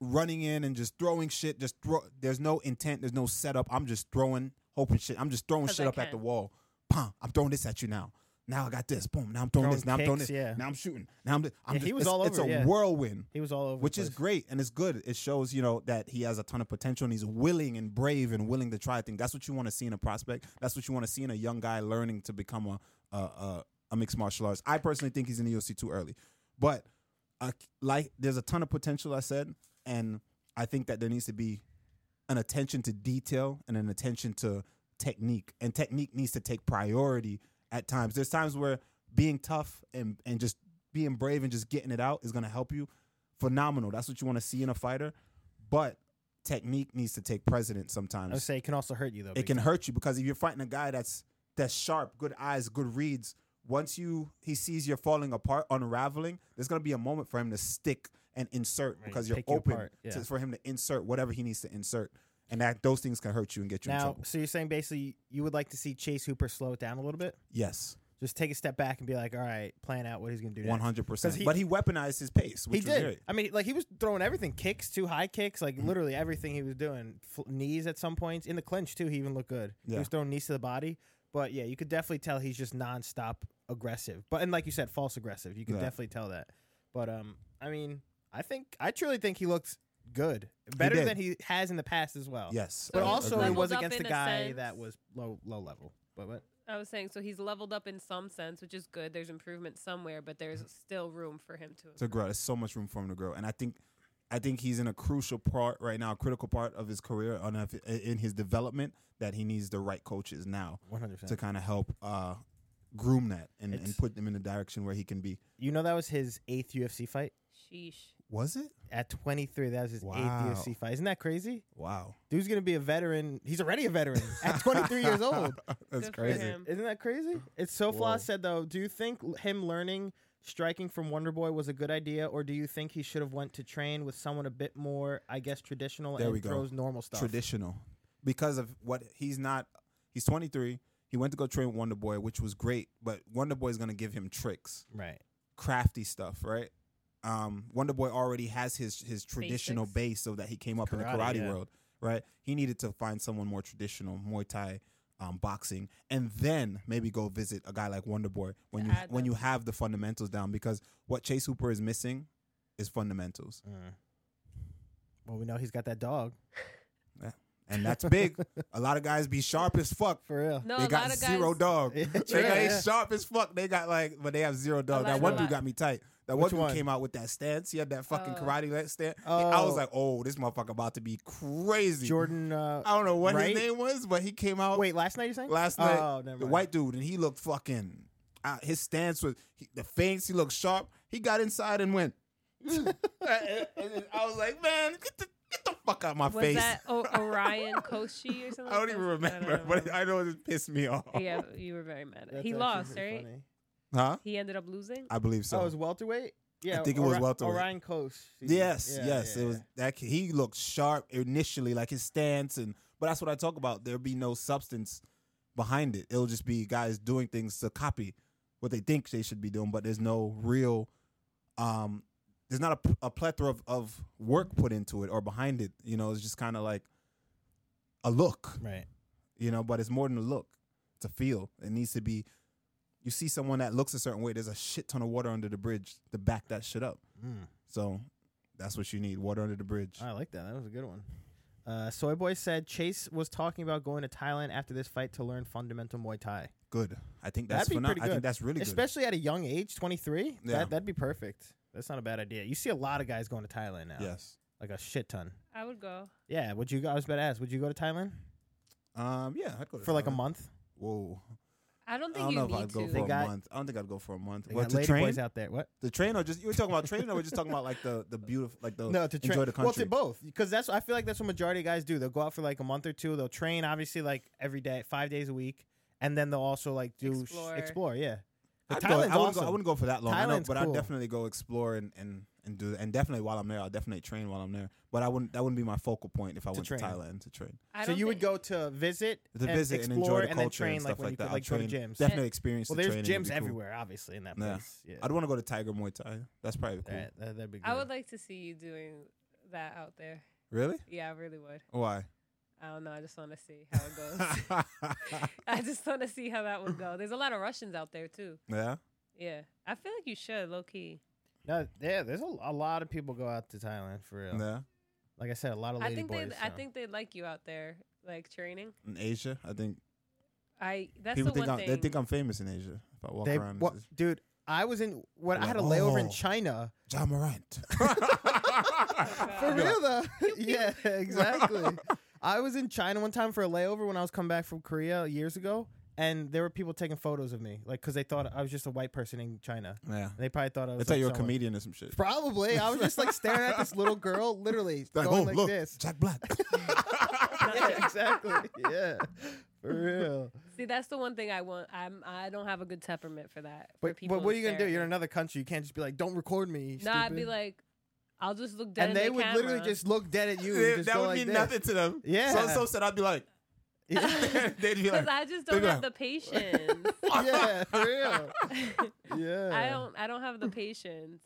B: running in and just throwing shit, just throw. There's no intent. There's no setup. I'm just throwing, hoping shit. I'm just throwing
A: 'Cause
B: shit
A: I
B: up at the
A: can.
B: wall. Pom! I'm throwing this at you now. Now I got this. Boom! Now I'm throwing,
C: Throwing
B: this. Now I'm throwing
C: kicks,
B: this.
C: yeah.
B: Now I'm shooting. Now I'm. Just, I'm
C: Yeah,
B: just,
C: he was
B: it's,
C: all
B: It's a
C: over, yeah.
B: whirlwind,
C: He was all over,
B: which
C: the
B: is
C: place.
B: great and it's good. It shows you know that he has a ton of potential and he's willing and brave and willing to try things. That's what you want to see in a prospect. That's what you want to see in a young guy learning to become a a, a, a mixed martial artist. I personally think he's in the UFC too early, but I, like there's a ton of potential. I said, and I think that there needs to be an attention to detail and an attention to technique, and technique needs to take priority at times. There's times where being tough and and just being brave and just getting it out is going to help you. Phenomenal. That's what you want to see in a fighter, but technique needs to take precedence
C: I would
B: sometimes
C: say it can also hurt you though.
B: it
C: big
B: can
C: time.
B: hurt you because if you're fighting a guy that's that's sharp, good eyes, good reads, once you he sees you're falling apart, unraveling, there's gonna be a moment for him to stick and insert
C: Right,
B: because you're
C: pick you
B: open
C: apart, yeah.
B: to, for him to insert whatever he needs to insert, and that those things can hurt you and get you in
C: Now,
B: trouble.
C: so you're saying basically you would like to see Chase Hooper slow it down a little bit,
B: Yes,
C: just take a step back and be like, all right, plan out what he's going to do.
B: one
C: next.
B: hundred
C: 'Cause
B: percent.
C: he-
B: But he weaponized his pace,
C: He
B: which was
C: did.
B: great. Mm.
C: I mean, like he was throwing everything, kicks, two high kicks, like literally everything he was doing. F- knees at some points in the clinch too. He even looked good. He
B: Yeah.
C: was throwing knees to the body, but yeah, you could definitely tell he's just nonstop aggressive. But and like you said, false aggressive. You could
B: Yeah.
C: definitely tell that. But um, I mean, I think I truly think he looks good, better
B: did. Uh,
C: than he has in the past as well.
B: Yes,
C: Oh. But
A: So
B: I
A: he's
C: also,
B: agree.
C: it
A: leveled
C: was
A: up
C: against
A: in
C: a
A: a
C: guy
A: sense.
C: that was low low level. But what?
A: I was saying, so he's leveled up in some sense, which is good. There's improvement somewhere, but there's still room for him to.
B: to grow. There's Mm-hmm. so much room for him to grow, and I think, I think he's in a crucial part right now, a critical part of his career, on a, in his development that he needs the right coaches now.
C: One hundred
B: to
C: percent.
B: kind of help uh, groom that and, and
C: It's-
B: put them in a direction where he can be.
C: You know that was his eighth UFC fight
A: Sheesh.
B: Was it?
C: at twenty three. That was his
B: Wow.
C: eighth UFC fight. Isn't that crazy?
B: Wow.
C: Dude's gonna be a veteran. He's already a veteran at 23 years old.
A: Good
B: That's
A: for
B: crazy.
A: him.
C: Isn't that crazy? It's so
B: Whoa.
C: Flaw said though. Do you think l- him learning striking from Wonder Boy was a good idea, or do you think he should have went to train with someone a bit more, I guess, traditional
B: There
C: and
B: we go.
C: throws normal stuff?
B: Traditional. Because of what he's not, he's 23. He went to go train with Wonder Boy, which was great, but Wonder Boy's going to give him tricks,
C: Right.
B: crafty stuff, right? Um, Wonder Boy already has his his traditional
A: Basics.
B: base so that he came up in
C: Karate,
B: the karate
C: yeah.
B: world, right? He needed to find someone more traditional, Muay Thai, um, boxing, and then maybe go visit a guy like Wonder Boy when
A: To
B: you
A: add
B: when
A: them.
B: you have the fundamentals down because what Chase Hooper is missing is fundamentals,
C: Mm. Well, we know he's got that dog
B: and that's big. a lot of guys be sharp as fuck.
C: for real.
A: No,
B: they
A: a
B: got
A: lot of
B: zero
A: guys.
B: dog.
C: Yeah,
B: They, got, they
C: yeah.
B: sharp as fuck. They got like, but they have zero dog.
A: lot-
B: That
A: a
B: one dude
A: lot.
B: got me tight. That
C: Which
B: one dude
C: one?
B: came out with that stance. He had that fucking
A: Oh.
B: karate leg stance. I was
C: Oh.
B: like, oh, this motherfucker about to be crazy.
C: Jordan. Uh,
B: I don't know what
C: Right?
B: his name was, but he came out
C: wait, last night you're saying?
B: Oh. last night.
C: Oh, never
B: the
C: mind.
B: white dude, and he looked fucking. Uh, his stance was he, the feints. He looked sharp. He got inside and went. and then I was like, man, get the get the fuck out of my
A: Was
B: face.
A: that o- Orion Koshi or something?
B: I
A: like
B: don't
A: that?
B: even remember,
A: don't
B: but I know it just pissed me off.
A: yeah, you were very mad.
C: That's
A: he
C: actually
A: lost,
C: pretty
A: right?
C: funny.
B: Huh?
A: He ended up losing.
B: I believe so.
C: oh, it was welterweight. Yeah,
B: think it was
C: Ori-
B: welterweight.
C: Orion Coast.
B: Yes, yes, it was that. ki- He looked sharp initially, like his stance, and but that's what I talk about. There'll be no substance behind it. It'll just be guys doing things to copy what they think they should be doing, but there's no real, um, there's not a, p- a plethora of, of work put into it or behind it. You know, it's just kind of like a look,
C: Right.
B: you know, but it's more than a look. It's a feel. It needs to be. You see someone that looks a certain way. There's a shit ton of water under the bridge to back that shit up.
C: Mm.
B: So that's what you need. Water under the bridge.
C: I like that. That was a good one. Uh, Soy Boy said Chase was talking about going to Thailand after this fight to learn fundamental Muay Thai,
B: Good. I think that's
C: That'd be
B: phenomenal.
C: pretty
B: I think
C: good.
B: that's really good.
C: especially at a young age, twenty three.
B: Yeah.
C: That that'd be perfect. That's not a bad idea. You see a lot of guys going to Thailand now.
B: Yes.
C: like a shit ton.
A: I would go.
C: Yeah, would you? go- I was about to ask, would you go to Thailand
B: Um. Yeah. I'd go to
C: for like a
B: Thailand.
C: month?
B: Whoa.
A: I don't
B: I
A: think
B: don't know
A: you
B: if
A: need
B: I'd go
A: to.
B: for a
C: got-
B: month. I don't think I'd go for a month.
C: They
B: But
C: got
B: to
C: lady
B: train,
C: boys out there. What?
B: the train, or just you were talking about training, or we're just talking about like the the beautiful, like the
C: No, to train.
B: Oh, enjoy the
C: Well,
B: country.
C: to both, because that's I feel like that's what majority of guys do. They'll go out for like a month or two. They'll train, obviously, like every day, five days a week, and then they'll also like do sh-
A: Explore.
C: explore. Yeah, But
B: I'd go- I
C: Thailand's
B: wouldn't go.
C: awesome.
B: I wouldn't go for that long. I know,
C: Thailand's
B: but
C: cool.
B: I'd definitely go explore and and and do and definitely while I'm there, I'll definitely train while I'm there. But I wouldn't. That wouldn't be my focal point if I went
C: train.
B: to Thailand to train.
A: I
C: so
A: don't
C: you would
A: think-
C: go to visit,
B: To visit and enjoy
C: explore,
B: the
C: and
B: culture
C: then train
B: and stuff
C: like when
B: like,
C: you
B: that.
C: could, like
B: I'll
C: go to
B: train-
C: gyms.
B: Definitely experience.
C: Well,
B: the
C: there's
B: training. It'd
C: gyms
B: be cool.
C: everywhere, obviously, in that
B: Yeah.
C: place. Yeah,
B: I'd want to go to Tiger Muay Thai. That's probably cool.
C: that, that, would be. Good.
A: I would like to see you doing that out there.
B: Really?
A: Yeah, I really would.
B: Why?
A: I don't know. I just want to see how it goes. I just want to see how that would go. There's a lot of Russians out there too.
B: yeah.
A: Yeah, I feel like you should low key.
C: No, yeah, there's a, a lot of people go out to Thailand for real.
B: Yeah.
C: Like I said, a lot of
A: I
C: lady
A: think
C: boys.
A: they, I
C: so.
A: think they'd like you out there, like training.
B: In Asia, I think
A: I that's
B: people
A: the
B: think
A: one
B: I'm,
A: thing.
B: they think I'm famous in Asia. If I walk
C: They-
B: around,
C: what-
B: it's just,
C: dude. I was in when I had a
B: Like,
C: layover in
B: oh.
C: China.
B: John Morant.
C: For
A: I'd be
C: real though, yeah, exactly. I was in China one time for a layover when I was coming back from Korea years ago, and there were people taking photos of me, like because they thought I was just a white person in China.
B: Yeah.
C: They probably thought I was.
B: They thought
C: like,
B: you're a
C: someone.
B: comedian or some shit.
C: Probably, I was just like staring at this little girl, literally
B: Like,
C: going
B: oh,
C: like
B: look,
C: this.
B: Jack Black.
C: yeah, exactly. Yeah, for real.
A: See, that's the one thing I want. I'm I don't have a good temperament for that. for
C: But,
A: people
C: but what are you gonna do?
A: staring
C: You're
A: at
C: in another country. You can't just be like, "Don't record me."
A: me. No, I'd be
C: stupid."
A: like, I'll just look dead.
C: and they
A: in the
C: would literally
A: camera.
C: just look dead at you. and just
B: that
C: go
B: would
C: like
B: mean
C: this.
B: nothing to them.
C: Yeah.
B: So so said I'd be like,
C: Yeah,
B: they'd be
A: because
B: like,
A: I just
B: they'd
A: don't
B: be
A: have
B: like,
A: the patience.
C: yeah, for real. Yeah,
A: I don't. I don't have the patience.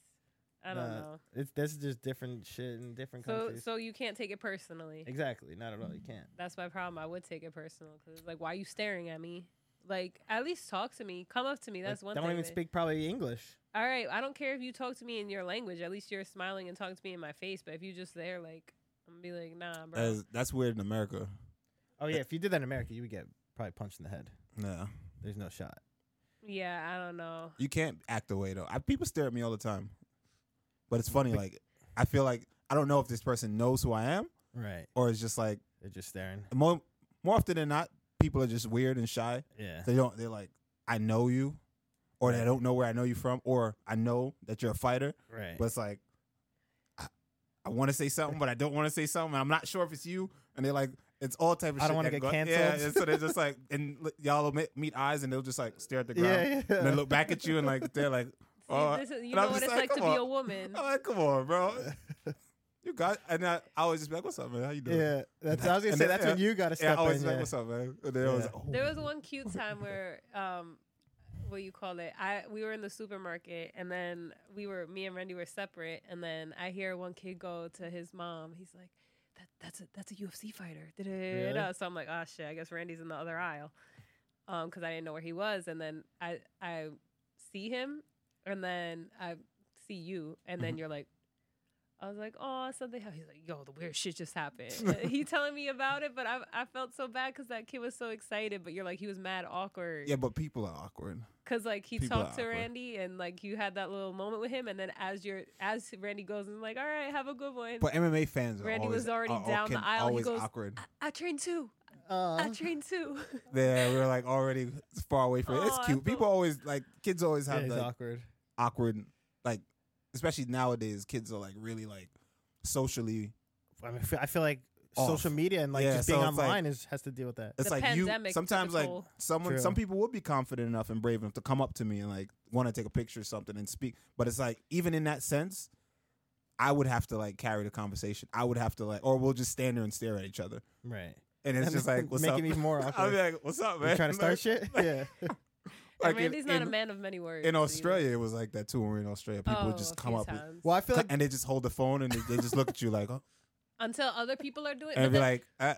A: I don't
C: Nah,
A: know.
C: It's this is just different shit in different
A: So Mm.
C: countries.
A: so you can't take it personally.
C: exactly, not at all. You can't.
A: That's my problem. I would take it personal because it's like, why are you staring at me? Like, at least talk to me. Come up to me. That's
C: Like,
A: one
C: Don't
A: thing.
C: even
A: that-
C: speak probably English.
A: All right, I don't care if you talk to me in your language. At least you're smiling and talking to me in my face. But if you just there, like, I'm gonna be like, nah, bro.
B: That is- that's weird in America.
C: Oh yeah, if you did that in America, you would get probably punched in the head.
B: Yeah.
C: There's no shot.
A: yeah, I don't know.
B: You can't act away though. I, people stare at me all the time, but it's funny. Like I feel like I don't know if this person knows who I am
C: Right.
B: or it's just like
C: They're just staring.
B: more more often than not, people are just weird and shy.
C: Yeah.
B: They don't. They're like, I know you, or they
C: Right.
B: don't know where I know you from, or I know that you're a fighter,
C: Right.
B: but it's like. I- I want to say something, but I don't want to say something. And I'm not sure if it's you. And they're like, it's all type of.
C: I don't
B: shit
C: wanna
B: that
C: get
B: go- Yeah,
C: canceled.
B: and so they're just like, and li- y'all will me- meet eyes, and they'll just like stare at the ground,
C: yeah, yeah.
B: and then look back at you, and like they're like,
A: See,
B: Oh,
A: this is- you
B: and I'm
A: know what
B: just
A: it's
B: like,
A: like, to
B: come
A: be
B: on.
A: a woman.
B: I'm like, come on, bro. You got, and I, I always just be like, what's up, man? How you doing?
C: yeah. That's, I was gonna
B: And
C: say
B: then-
C: that's when
B: yeah.
C: you got to
B: Yeah, I
C: step
B: always
C: in.
B: be like,
C: Yeah.
B: what's up, man? And they always,
C: Yeah.
B: like, oh.
A: There was one cute time where um what you call it? I we were in the supermarket and then we were me and Randy were separate and then I hear one kid go to his mom. He's like, That that's a that's a UFC fighter. Da-da-da-da-da." So I'm like, oh shit, I guess Randy's in the other aisle. Um, because I didn't know where he was and then I I see him and then I see you and
B: Mm-hmm.
A: then you're like I was like, oh, something happened. He's like, yo, the weird shit just happened. he telling me about it, but I, I felt so bad because that kid was so excited. But you're like, he was mad awkward.
B: Yeah, but people are awkward.
A: Cause like he
B: People
A: talked to
B: are awkward.
A: Randy and like you had that little moment with him, and then as you're as Randy goes and like, all right, have a good one.
B: But MMA fans are
A: Randy
B: always,
A: was already
B: are- are-
A: down the
B: can
A: aisle. He
B: Always
A: goes, "Uh,
B: awkward.
A: I trained too. I
C: Uh,
B: Uh-huh.
A: trained too.
B: Yeah, we were like already far away from it. It's
A: Aw, I
B: cute. People
A: feel-
B: always like kids always
C: yeah,
B: have
C: it's
B: like
C: awkward.
B: awkward, like especially nowadays. Kids are like really like socially.
C: I, mean, I feel- I feel like
B: Off.
C: social media and like
B: Yeah,
C: just being
B: so it's like-
C: online is has to deal with that.
B: It's
A: The
B: like you
A: pandemic
B: sometimes
A: took a
B: like
A: toll.
B: someone
C: True.
B: some people would be confident enough and brave enough to come up to me and like want to take a picture or something and speak. But it's like even in that sense, I would have to like carry the conversation. I would have to like, or we'll just stand there and stare at each other.
C: Right.
B: And it's
C: And
B: just like, what's
C: make
B: up?
C: it even more
B: I'll be
C: awkward.
B: like, what's up, man?
C: You trying to start
B: Like-
C: shit? Yeah.
B: like,
A: and Randy's
B: in-
A: not a
B: in-
A: man of many words.
B: In
A: either.
B: Australia, it was like that too. When we were in Australia, people
A: oh,
B: would just
A: a
B: come
A: few
B: up with-
A: times.
C: Well, I feel like
B: and they just hold the phone and they, they just look at you like, oh,
A: until other people are doing.
B: and
A: it.
B: be like, uh,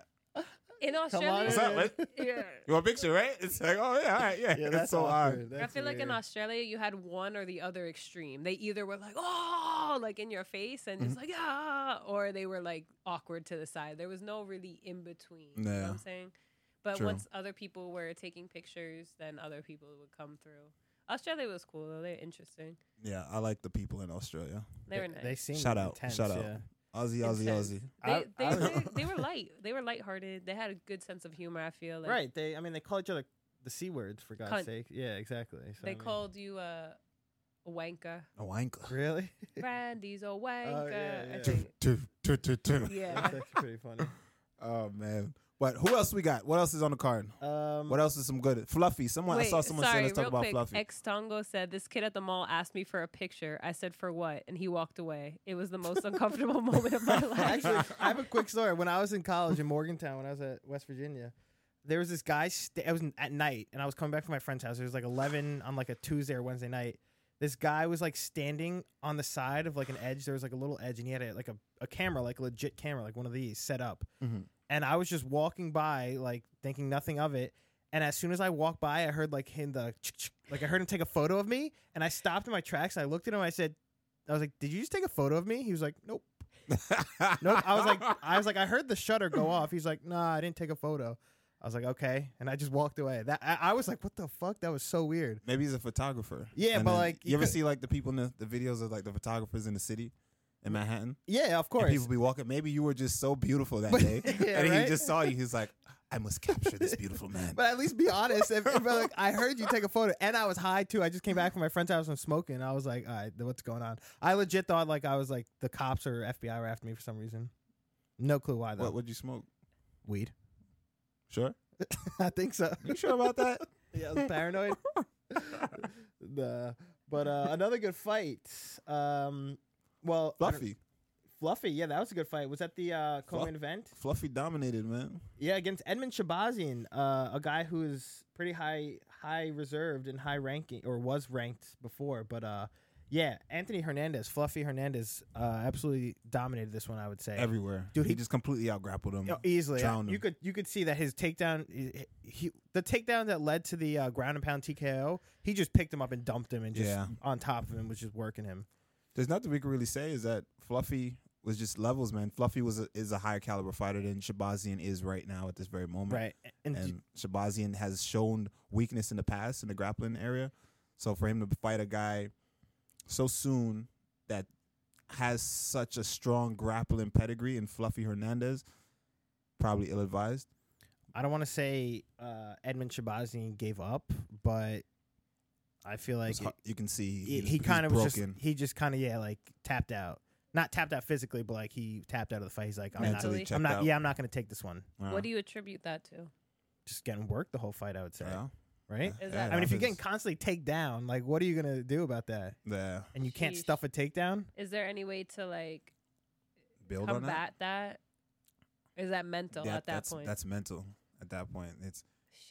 A: in
C: come on.
A: Australia,
B: What's up,
C: in.
B: man?
A: yeah.
B: you want a picture, right? It's like, oh yeah, all right, yeah.
C: Yeah,
B: It's
C: that's
B: so odd.
C: awkward.
A: I feel like in Australia, you had one or the other extreme. They either were like, oh, like in your face and just
C: Mm-hmm.
A: like, ah, or they were like awkward to the side. There was no really in between. You know what
B: Yeah.
A: I'm saying? But
B: True.
A: once other people were taking pictures, then other people would come through. Australia was cool, though. They're interesting.
B: Yeah, I like the people in Australia.
A: They were nice.
C: They seem
B: Shout out,
C: intense,
B: shout out.
C: yeah.
B: Aussie, Aussie,
A: Intense.
B: Aussie.
A: They,
C: I-
A: they,
C: I-
A: were, they were light. They were lighthearted. They had a good sense of humor, I feel. Like,
C: Right. They. I mean, they call each other the c words for God's
A: Cunt.
C: sake. Yeah, exactly. So, I
A: They
C: mean-
A: called you a, a wanker.
B: A wanker.
C: really.
A: Randy's a wanker.
C: Oh, yeah,
A: I
C: yeah.
A: think.
C: That's
A: Yeah.
C: actually pretty funny.
B: oh man. But who else we got? What else is on the card?
C: Um,
B: What else is some good? Fluffy. Someone I saw
A: Wait,
B: someone
A: sorry,
B: say let's talk
A: real
B: about
A: quick.
B: Fluffy.
A: Ex Tongo said this kid at the mall asked me for a picture. I said for what, and he walked away. It was the most uncomfortable moment of my life.
C: Actually, I have a quick story. When I was in college in Morgantown, when I was at West Virginia, there was this guy. St- I was at night, and I was coming back from my friend's house. It was like eleven on like a Tuesday or Wednesday night. This guy was like standing on the side of like an edge. There was like a little edge, and he had a, like a, a camera, like a legit camera, like one of these set up.
B: Mhm.
C: And I was just walking by, like thinking nothing of it. And as soon as I walked by, I heard like him the like I heard him take a photo of me, and I stopped in my tracks. And I looked at him. I said, "I was like, did you just take a photo of me?" He was like, "Nope." No, I was like, I was like, I heard the shutter go off. He's like, Nah, I didn't take a photo. I was like, Okay, and I just walked away. That I, I was like, What the fuck? That was so weird.
B: Maybe he's a photographer.
C: Yeah,
B: And
C: but,
B: then-
C: like,
B: you,
C: you
B: ever
C: could-
B: see like the people in the, the videos of like the photographers in the city in Manhattan?
C: Yeah, of
B: And
C: course.
B: people be walking. Maybe you were just so beautiful that
C: But-
B: day,
C: yeah,
B: and he
C: right?
B: just saw you. He's like, I must capture this beautiful man.
C: But at least be honest. If, if, like I heard you take a photo, and I was high too. I just came back from my friend's house and smoking. I was like, All right, th- what's going on? I legit thought like I was like the cops or FBI were after me for some reason. No clue why though.
B: what would you smoke?
C: Weed.
B: Sure.
C: I think so.
B: You sure about that?
C: Yeah, I was paranoid. Nah. But uh, another good fight. Um, well, I don't-
B: Fluffy.
C: Fluffy, yeah, that was a good fight. Was that the uh,
B: Fluff-
C: co-main event?
B: Fluffy dominated, man.
C: Yeah, against Edmund Shabazian, uh, a guy who is pretty high, high reserved and high ranking, or was ranked before. But uh, yeah, Anthony Hernandez, Fluffy Hernandez, uh, absolutely dominated this one. I would say
B: Everywhere.
C: Dude,
B: he,
C: he-
B: just completely out grappled him.
C: Oh, easily.
B: Drowned
C: You
B: him.
C: could you could see that his takedown, he, he- the takedown that led to the uh, ground and pound TKO, he just picked him up and dumped him, and just
B: Yeah.
C: on top of him was just working him.
B: There's nothing we can really say is that Fluffy was just levels, man. Fluffy was a, is a higher caliber fighter than Shabazian is right now at this very moment.
C: Right, and,
B: Mm. and Shabazian has shown weakness in the past in the grappling area. So for him to fight a guy so soon that has such a strong grappling pedigree in Fluffy Hernandez, probably ill advised.
C: I don't want to say uh, Edmund Shabazian gave up, but I feel like it-
B: you can see
C: he,
B: was- was
C: kind of was just
B: broken.
C: he just kind of yeah like tapped out, not tapped out physically, but like he tapped out of the fight. He's like I'm
A: Mentally
B: mentally
A: I'm
C: not, I'm
B: checked
C: not
B: out.
C: yeah I'm not gonna take this one.
B: Uh,
A: What do you attribute that to?
C: Just getting worked the whole fight, I would say.
B: yeah.
C: Right?
A: Is
B: Yeah,
A: that-
C: I mean, if
B: happens.
C: you're getting constantly take down, like what are you gonna do about that?
B: yeah,
C: And you can't
A: Sheesh.
C: stuff a takedown.
A: Is there any way to like
B: build on that.
A: combat that? Is that mental
B: That-
A: at that
B: that's
A: point?
B: that's mental. At that point, it's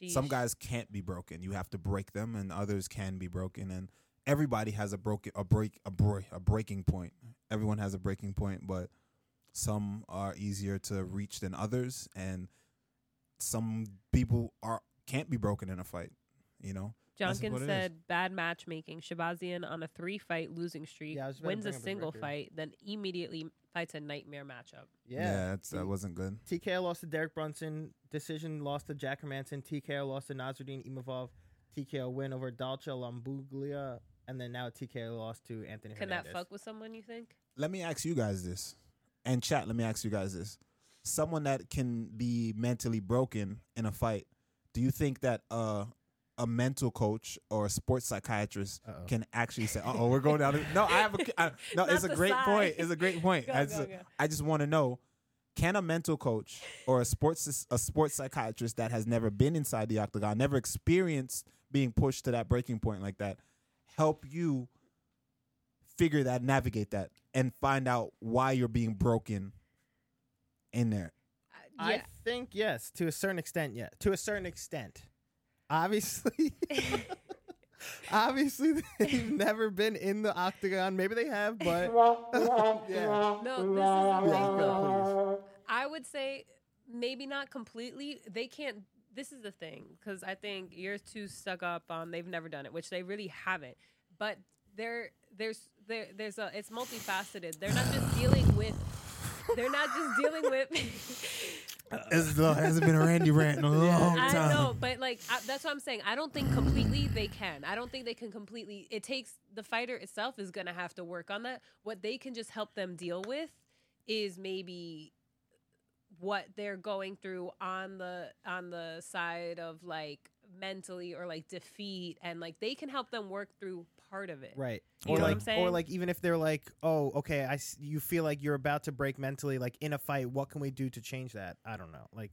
A: Sheesh.
B: some guys can't be broken. You have to break them, and others can be broken. And everybody has a broken a break a break a breaking point. Everyone has a breaking point, but some are easier to reach than others, and some people are can't be broken in a fight. You know, that's
A: Junkin
B: what it is.
A: said bad matchmaking. Shabazian on a three fight losing streak
C: Yeah, I was about to
A: wins a
C: bring up his
A: single
C: record.
A: fight, then immediately fights a nightmare matchup.
B: that's, that wasn't good.
C: TKO lost to Derek Brunson. Decision lost to Jack Hermanson. TKO lost to Nazruddin Imavov. TKO win over Dalcha Lambuglia. And then now TKO loss to Anthony
A: Can
C: Hernandez.
A: that fuck with someone? You think?
B: Let me ask you guys this, and chat. Let me ask you guys this: someone that can be mentally broken in a fight, do you think that uh, a mental coach or a sports psychiatrist
C: Uh-oh.
B: can actually say, "Oh, we're going down." The, no, I have a I, no.
A: Not
B: It's a
A: the
B: great
A: side.
B: point. It's a great point.
A: Go,
B: I just,
A: go, go.
B: I just want to know: Can a mental coach or a sports a sports psychiatrist that has never been inside the octagon, never experienced being pushed to that breaking point like that, help you figure that, navigate that, and find out why you're being broken in there?
A: Uh, yeah.
C: I think yes, to a certain extent, yeah. To a certain extent. Obviously. Obviously, they've never been in the octagon. Maybe they have, but yeah.
A: No, this is the
C: Yeah,
A: thing, though.
C: no,
A: I would say maybe not completely. They can't. This is the thing because I think you're too stuck up on they've never done it, which they really haven't. But there, there's there, there's a it's multifaceted. They're not just dealing with. They're not just dealing with.
B: It hasn't been a Randy rant in a long
A: I
B: time.
A: know, but like I, that's what I'm saying. I don't think completely they can. I don't think they can completely. It takes the fighter itself is going to have to work on that. What they can just help them deal with is maybe what they're going through on the on the side of like mentally or like defeat and like they can help them work through part of it.
C: Right.
A: You
C: or
B: know what
C: like
B: I'm
A: saying?
C: or like even if they're like, "Oh, okay, I s- you feel like you're about to break mentally like in a fight, what can we do to change that?" I don't know. Like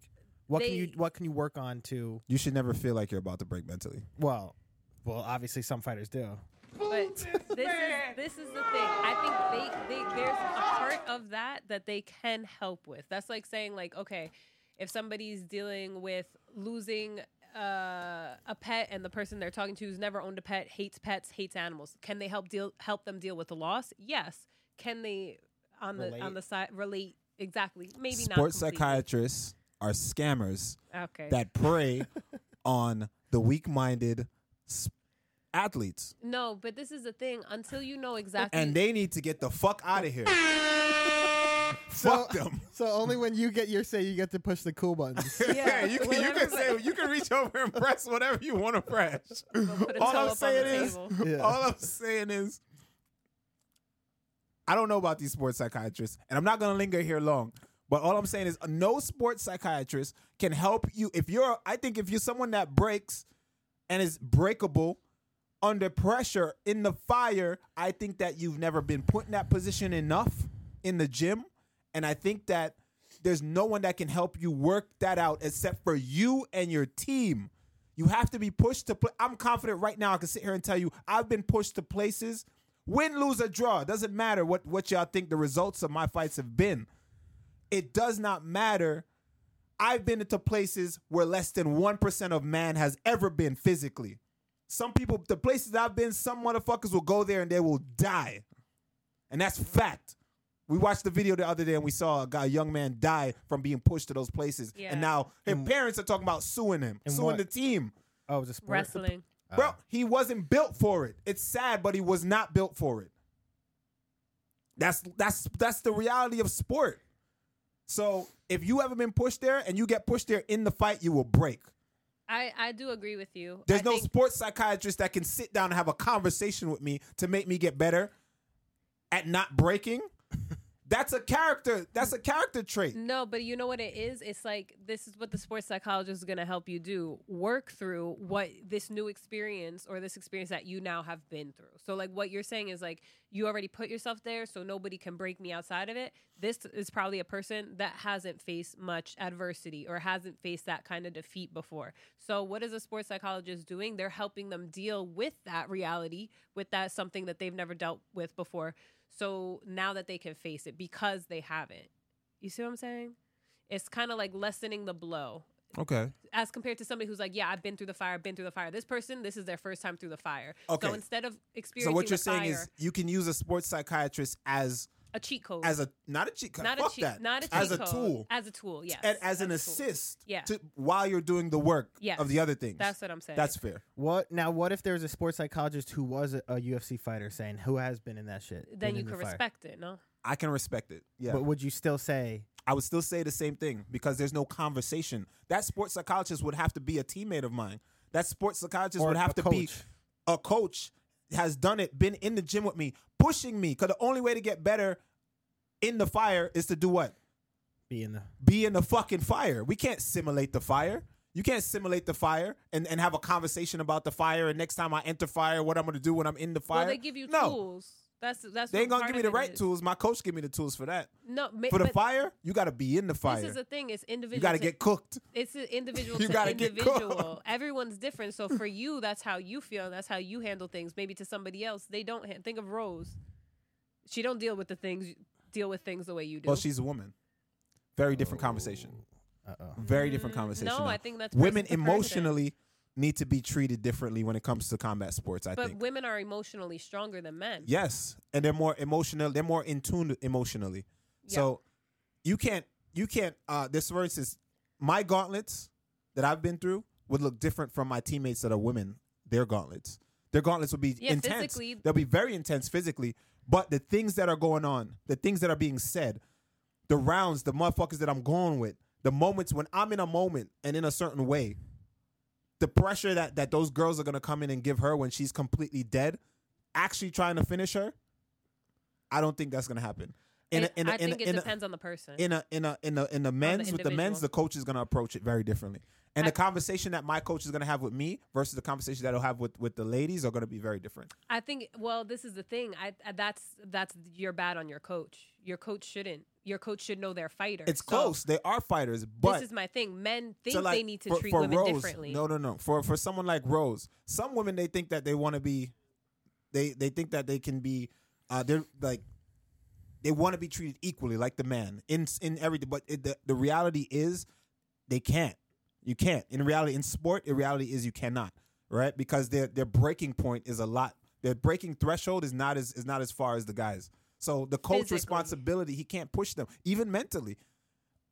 C: what can you
A: They-
C: what can you work on to
B: You should never feel like you're about to break mentally.
C: well, well, obviously some fighters do.
A: But this is this is the thing. I think they, they there's a part of that that they can help with. That's like saying like okay, if somebody's dealing with losing uh, a pet and the person they're talking to who's never owned a pet hates pets, hates animals, can they help deal help them deal with the loss? Yes. Can they on the
C: Relate.
A: on the side relate exactly? Maybe not.
B: Sports
A: completely.
B: psychiatrists are scammers
A: Okay.
B: that prey on the weak-minded s- athletes,
A: no, but this is the thing. Until you know exactly.
B: and they need to get the fuck out of here. fuck them.
C: So only when you get your say, you get to push the cool buttons.
B: Yeah, you can, you
A: whatever,
B: can say you can reach over and press whatever you want to press.
A: put a
B: All
A: toe up
B: I'm
A: on
B: saying
A: the
B: is,
A: table.
C: Yeah.
B: all I'm saying is, I don't know about these sports psychiatrists, and I'm not gonna linger here long. But all I'm saying is, no sports psychiatrist can help you if you're. I think if you're someone that breaks and is breakable under pressure in the fire, I think that you've never been put in that position enough in the gym, and I think that there's no one that can help you work that out except for you and your team. You have to be pushed to play. I'm confident right now. I can sit here and tell you I've been pushed to places. Win, lose, or draw. It doesn't matter what, what y'all think the results of my fights have been. It does not matter. I've been into places where less than 1% of man has ever been physically. Some people, the places I've been, some motherfuckers will go there and they will die. And that's fact. We watched the video the other day and we saw a, guy, a young man die from being pushed to those places.
A: Yeah.
B: And now his parents are talking about suing him,
C: And
B: suing
C: what-
B: the team.
C: Oh, it was a sport.
A: Wrestling.
B: Bro, he wasn't built for it. It's sad, but he was not built for it. That's that's that's the reality of sport. So if you ever been pushed there and you get pushed there in the fight, you will break.
A: I, I do agree with you.
B: There's
A: I
B: no
A: think,
B: sports psychiatrist that can sit down and have a conversation with me to make me get better at not breaking. That's a character. That's a character trait.
A: no, but you know what it is? It's like this is what the sports psychologist is going to help you do work through what this new experience or this experience that you now have been through. So, like, what you're saying is like, you already put yourself there, so nobody can break me outside of it. This is probably a person that hasn't faced much adversity or hasn't faced that kind of defeat before. So, what is a sports psychologist doing? They're helping them deal with that reality, with that something that they've never dealt with before. So now that they can face it because they haven't. You see what I'm saying? It's kind of like lessening the blow
B: Okay.
A: as compared to somebody who's like, yeah, I've been through the fire, been through the fire. This person, this is their first time through the fire.
B: Okay.
A: So instead of
B: So
A: experiencing
B: what you're
A: the
B: saying
A: fire,
B: is you can use a sports psychiatrist as
A: a cheat code,
B: as a not a cheat code.
A: not
B: fuck
A: a cheat,
B: that.
A: not a cheat
B: as a
A: code,
B: tool.
A: as a tool, yes,
B: and as an
A: a tool.
B: assist
A: Yeah.
B: to while you're doing the work
A: Yes.
B: of the other things.
A: That's what I'm saying.
B: That's fair.
C: What now? What if there was a sports psychologist who was a, a UFC fighter saying who has been in that shit?
A: then
C: been
A: you
C: in the
A: can
C: fire?"
A: respect it. No,
B: I can respect it. Yeah.
C: But would you still say
B: I would still say the same thing because there's no conversation. That sports psychologist would have to be a teammate of mine. That sports psychologist
C: Or
B: would have to
C: a
B: be
C: coach.
B: a coach has done it, been in the gym with me, pushing me. Cause the only way to get better in the fire is to do what?
C: be in the?
B: be in the fucking fire. We can't simulate the fire. You can't simulate the fire and, and have a conversation about the fire and next time I enter fire, what I'm gonna do when I'm in the fire.
A: well, they give you
B: no.
A: tools. That's that's
B: They ain't
A: what
B: gonna
A: part
B: give me
A: of
B: the
A: it
B: right
A: is.
B: tools. My coach give me the tools for that.
A: No, ma-
B: For the
A: but
B: fire, you gotta be in the
A: This
B: fire.
A: is the thing. It's individual.
B: You gotta
A: to
B: get cooked.
A: it's an individual
B: You
A: to
B: gotta get cooked.
A: individual. Everyone's different. So for you, that's how you feel. That's how you handle things. Maybe to somebody else, they don't. Ha- think of Rose. She don't deal with the things. Deal with things the way you do.
B: Well, she's a woman. Very different conversation.
C: Uh oh.
B: Very different conversation.
A: Mm, no,
B: now.
A: I think that's
B: women
A: person to person.
B: emotionally need to be treated differently when it comes to combat sports. I
A: But
B: think
A: women are emotionally stronger than men.
B: Yes, and they're more emotional. They're more in tune emotionally. So you can't you can't. Uh, this for instance, my gauntlets that I've been through would look different from my teammates that are women. Their gauntlets, their gauntlets would be
A: Yeah,
B: intense.
A: physically-
B: They'll be very intense physically, but the things that are going on, the things that are being said, the rounds, the motherfuckers that I'm going with, the moments when I'm in a moment and in a certain way, the pressure that that those girls are gonna come in and give her when she's completely dead, actually trying to finish her, I don't think that's gonna happen. in a,
A: It-
B: in a,
A: I
B: in a,
A: think it
B: in a,
A: depends on the person.
B: in a in a in a in the men's with the men's
A: individual.
B: the coach is going to approach it very differently and
A: I-
B: the conversation that my coach is going to have with me versus the conversation that i'll have with with the ladies are going to be very different
A: I think. Well, this is the thing. I I- that's that's your bad on your coach. Your coach shouldn't. Your coach should know their fighter.
B: it's
A: So,
B: close they are fighters but
A: this is my thing. Men think
B: so, like,
A: they need to
B: for-
A: treat
B: for
A: women
B: Rose,
A: differently.
B: no no no for for someone like rose some women they think that they want to be they they think that they can be uh they're like they want to be treated equally like the man in in everything but it, the, the reality is they can't you can't in reality in sport the reality is you cannot right because their their breaking point is a lot their breaking threshold is not as is not as far as the guys so the coach
A: Physically.
B: responsibility he can't push them even mentally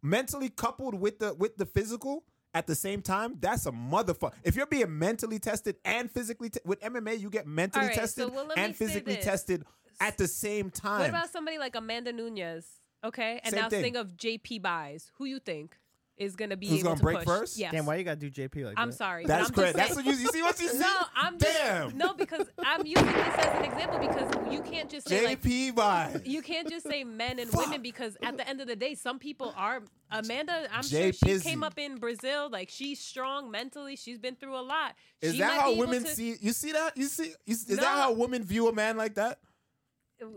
B: mentally coupled with the with the physical at the same time that's a motherfucker if you're being mentally tested and physically te- with mma you get mentally
A: All right, so,
B: tested
A: well, let me
B: and
A: say
B: physically
A: this.
B: tested at the same time
A: What about somebody like Amanda Nunez? Okay, and
B: Same
A: now
B: thing.
A: think of JP Buys. Who you think is gonna be
B: Who's
A: able
B: gonna
A: to
B: break
A: push?
B: first?
A: Yes.
C: Damn, why you gotta do JP like that?
A: I'm sorry.
B: that's
A: but I'm
B: correct
A: just saying-
B: that's what you, you see what you see
A: No, I'm just
B: Damn.
A: no because I'm using this as an example because you can't just say like
B: jp vibes.
A: you can't just say men and
B: Fuck.
A: women because at the end of the day, some people are. Amanda, I'm
B: Jay
A: sure she
B: Pizzy.
A: came up in Brazil. Like she's strong mentally. She's been through a lot.
B: is
A: she
B: that
A: might
B: how
A: be able
B: women
A: to-
B: see you see that you see you, is
A: No.
B: that how women view a man like that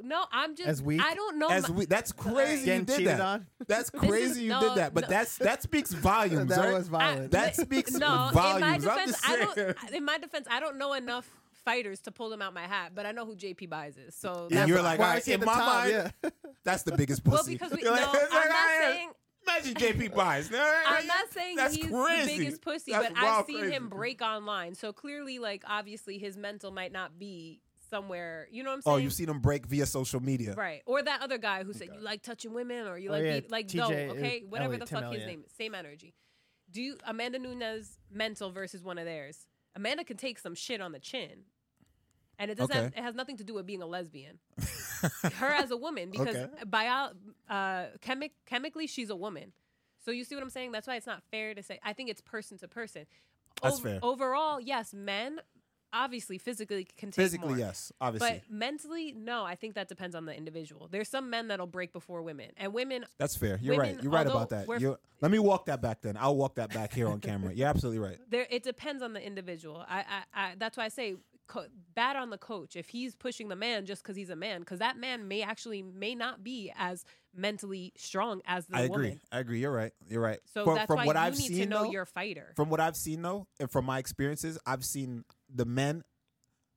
A: No, I'm just.
C: As weak?
A: I don't know.
B: as
A: Oh my-
B: we that's crazy you
C: Getting
B: did
C: cheated
B: that
C: on?
B: that's
A: is-
B: crazy you did
A: no,
B: that but
A: no.
B: that's that speaks volumes
C: that
B: right?
C: was
A: I-
C: violent.
B: That
A: but-
B: speaks
A: no, In my
B: volumes. I'm
A: defense,
B: just
A: I
B: saying.
A: don't. In my defense, I don't know enough fighters to pull them out my hat, but I know who JP buys is. So
B: and
A: that's
B: you're
A: why.
B: like,
C: Why
B: all right,
C: is he
B: in
C: at the
B: my
C: top?
B: mind,
C: Yeah.
B: that's the biggest
A: well,
B: pussy.
A: because we
B: You're
A: no,
B: like- it's like,
A: I'm not
B: all right,
A: saying.
B: Imagine JP buys.
A: I'm not saying
B: That's
A: he's the
B: crazy.
A: biggest pussy,
B: That's
A: but I've
B: wild
A: seen
B: crazy.
A: him break online. So clearly, like obviously, his mental might not be somewhere. You know what I'm saying?
B: Oh, you've seen him break via social media.
A: Right. Or that other guy who said you like touching women or you
C: Oh,
A: like
C: yeah,
A: be, like
C: TJ
A: no,
C: is-
A: okay, whatever the
C: Elliot, Tim
A: fuck his
C: Elliott.
A: name is, same energy. Do you Amanda Nunes mental versus one of theirs? Amanda can take some shit on the chin. And it doesn't
B: Okay.
A: have, it has nothing to do with being a lesbian. Her as a woman because
B: Okay.
A: bio uh chemi- chemically she's a woman. So you see what I'm saying? That's why it's not fair to say. I think it's person to person.
B: That's
A: Ov-
B: fair.
A: Overall, yes, men obviously physically can take
B: Physically,
A: more.
B: yes,
A: But
B: obviously.
A: mentally, no. I think that depends on the individual. There's some men that'll break before women, and women.
B: That's fair. You're right.
A: women,
B: You're right about
A: although
B: that.
A: we're-
B: You're, let me walk that back then. I'll walk that back here on camera. You're absolutely right.
A: There, it depends on the individual. I, I, I that's why I say co- bad on the coach if he's pushing the man just because he's a man, because that man may actually may not be as mentally strong as the
B: I
A: woman.
B: agree. I agree. You're right. You're right.
A: So
B: From-
A: that's
B: from
A: why
B: what
A: you
B: I've
A: need
B: seen,
A: to know
B: though,
A: your fighter.
B: From what I've seen though, and from my experiences, I've seen the men.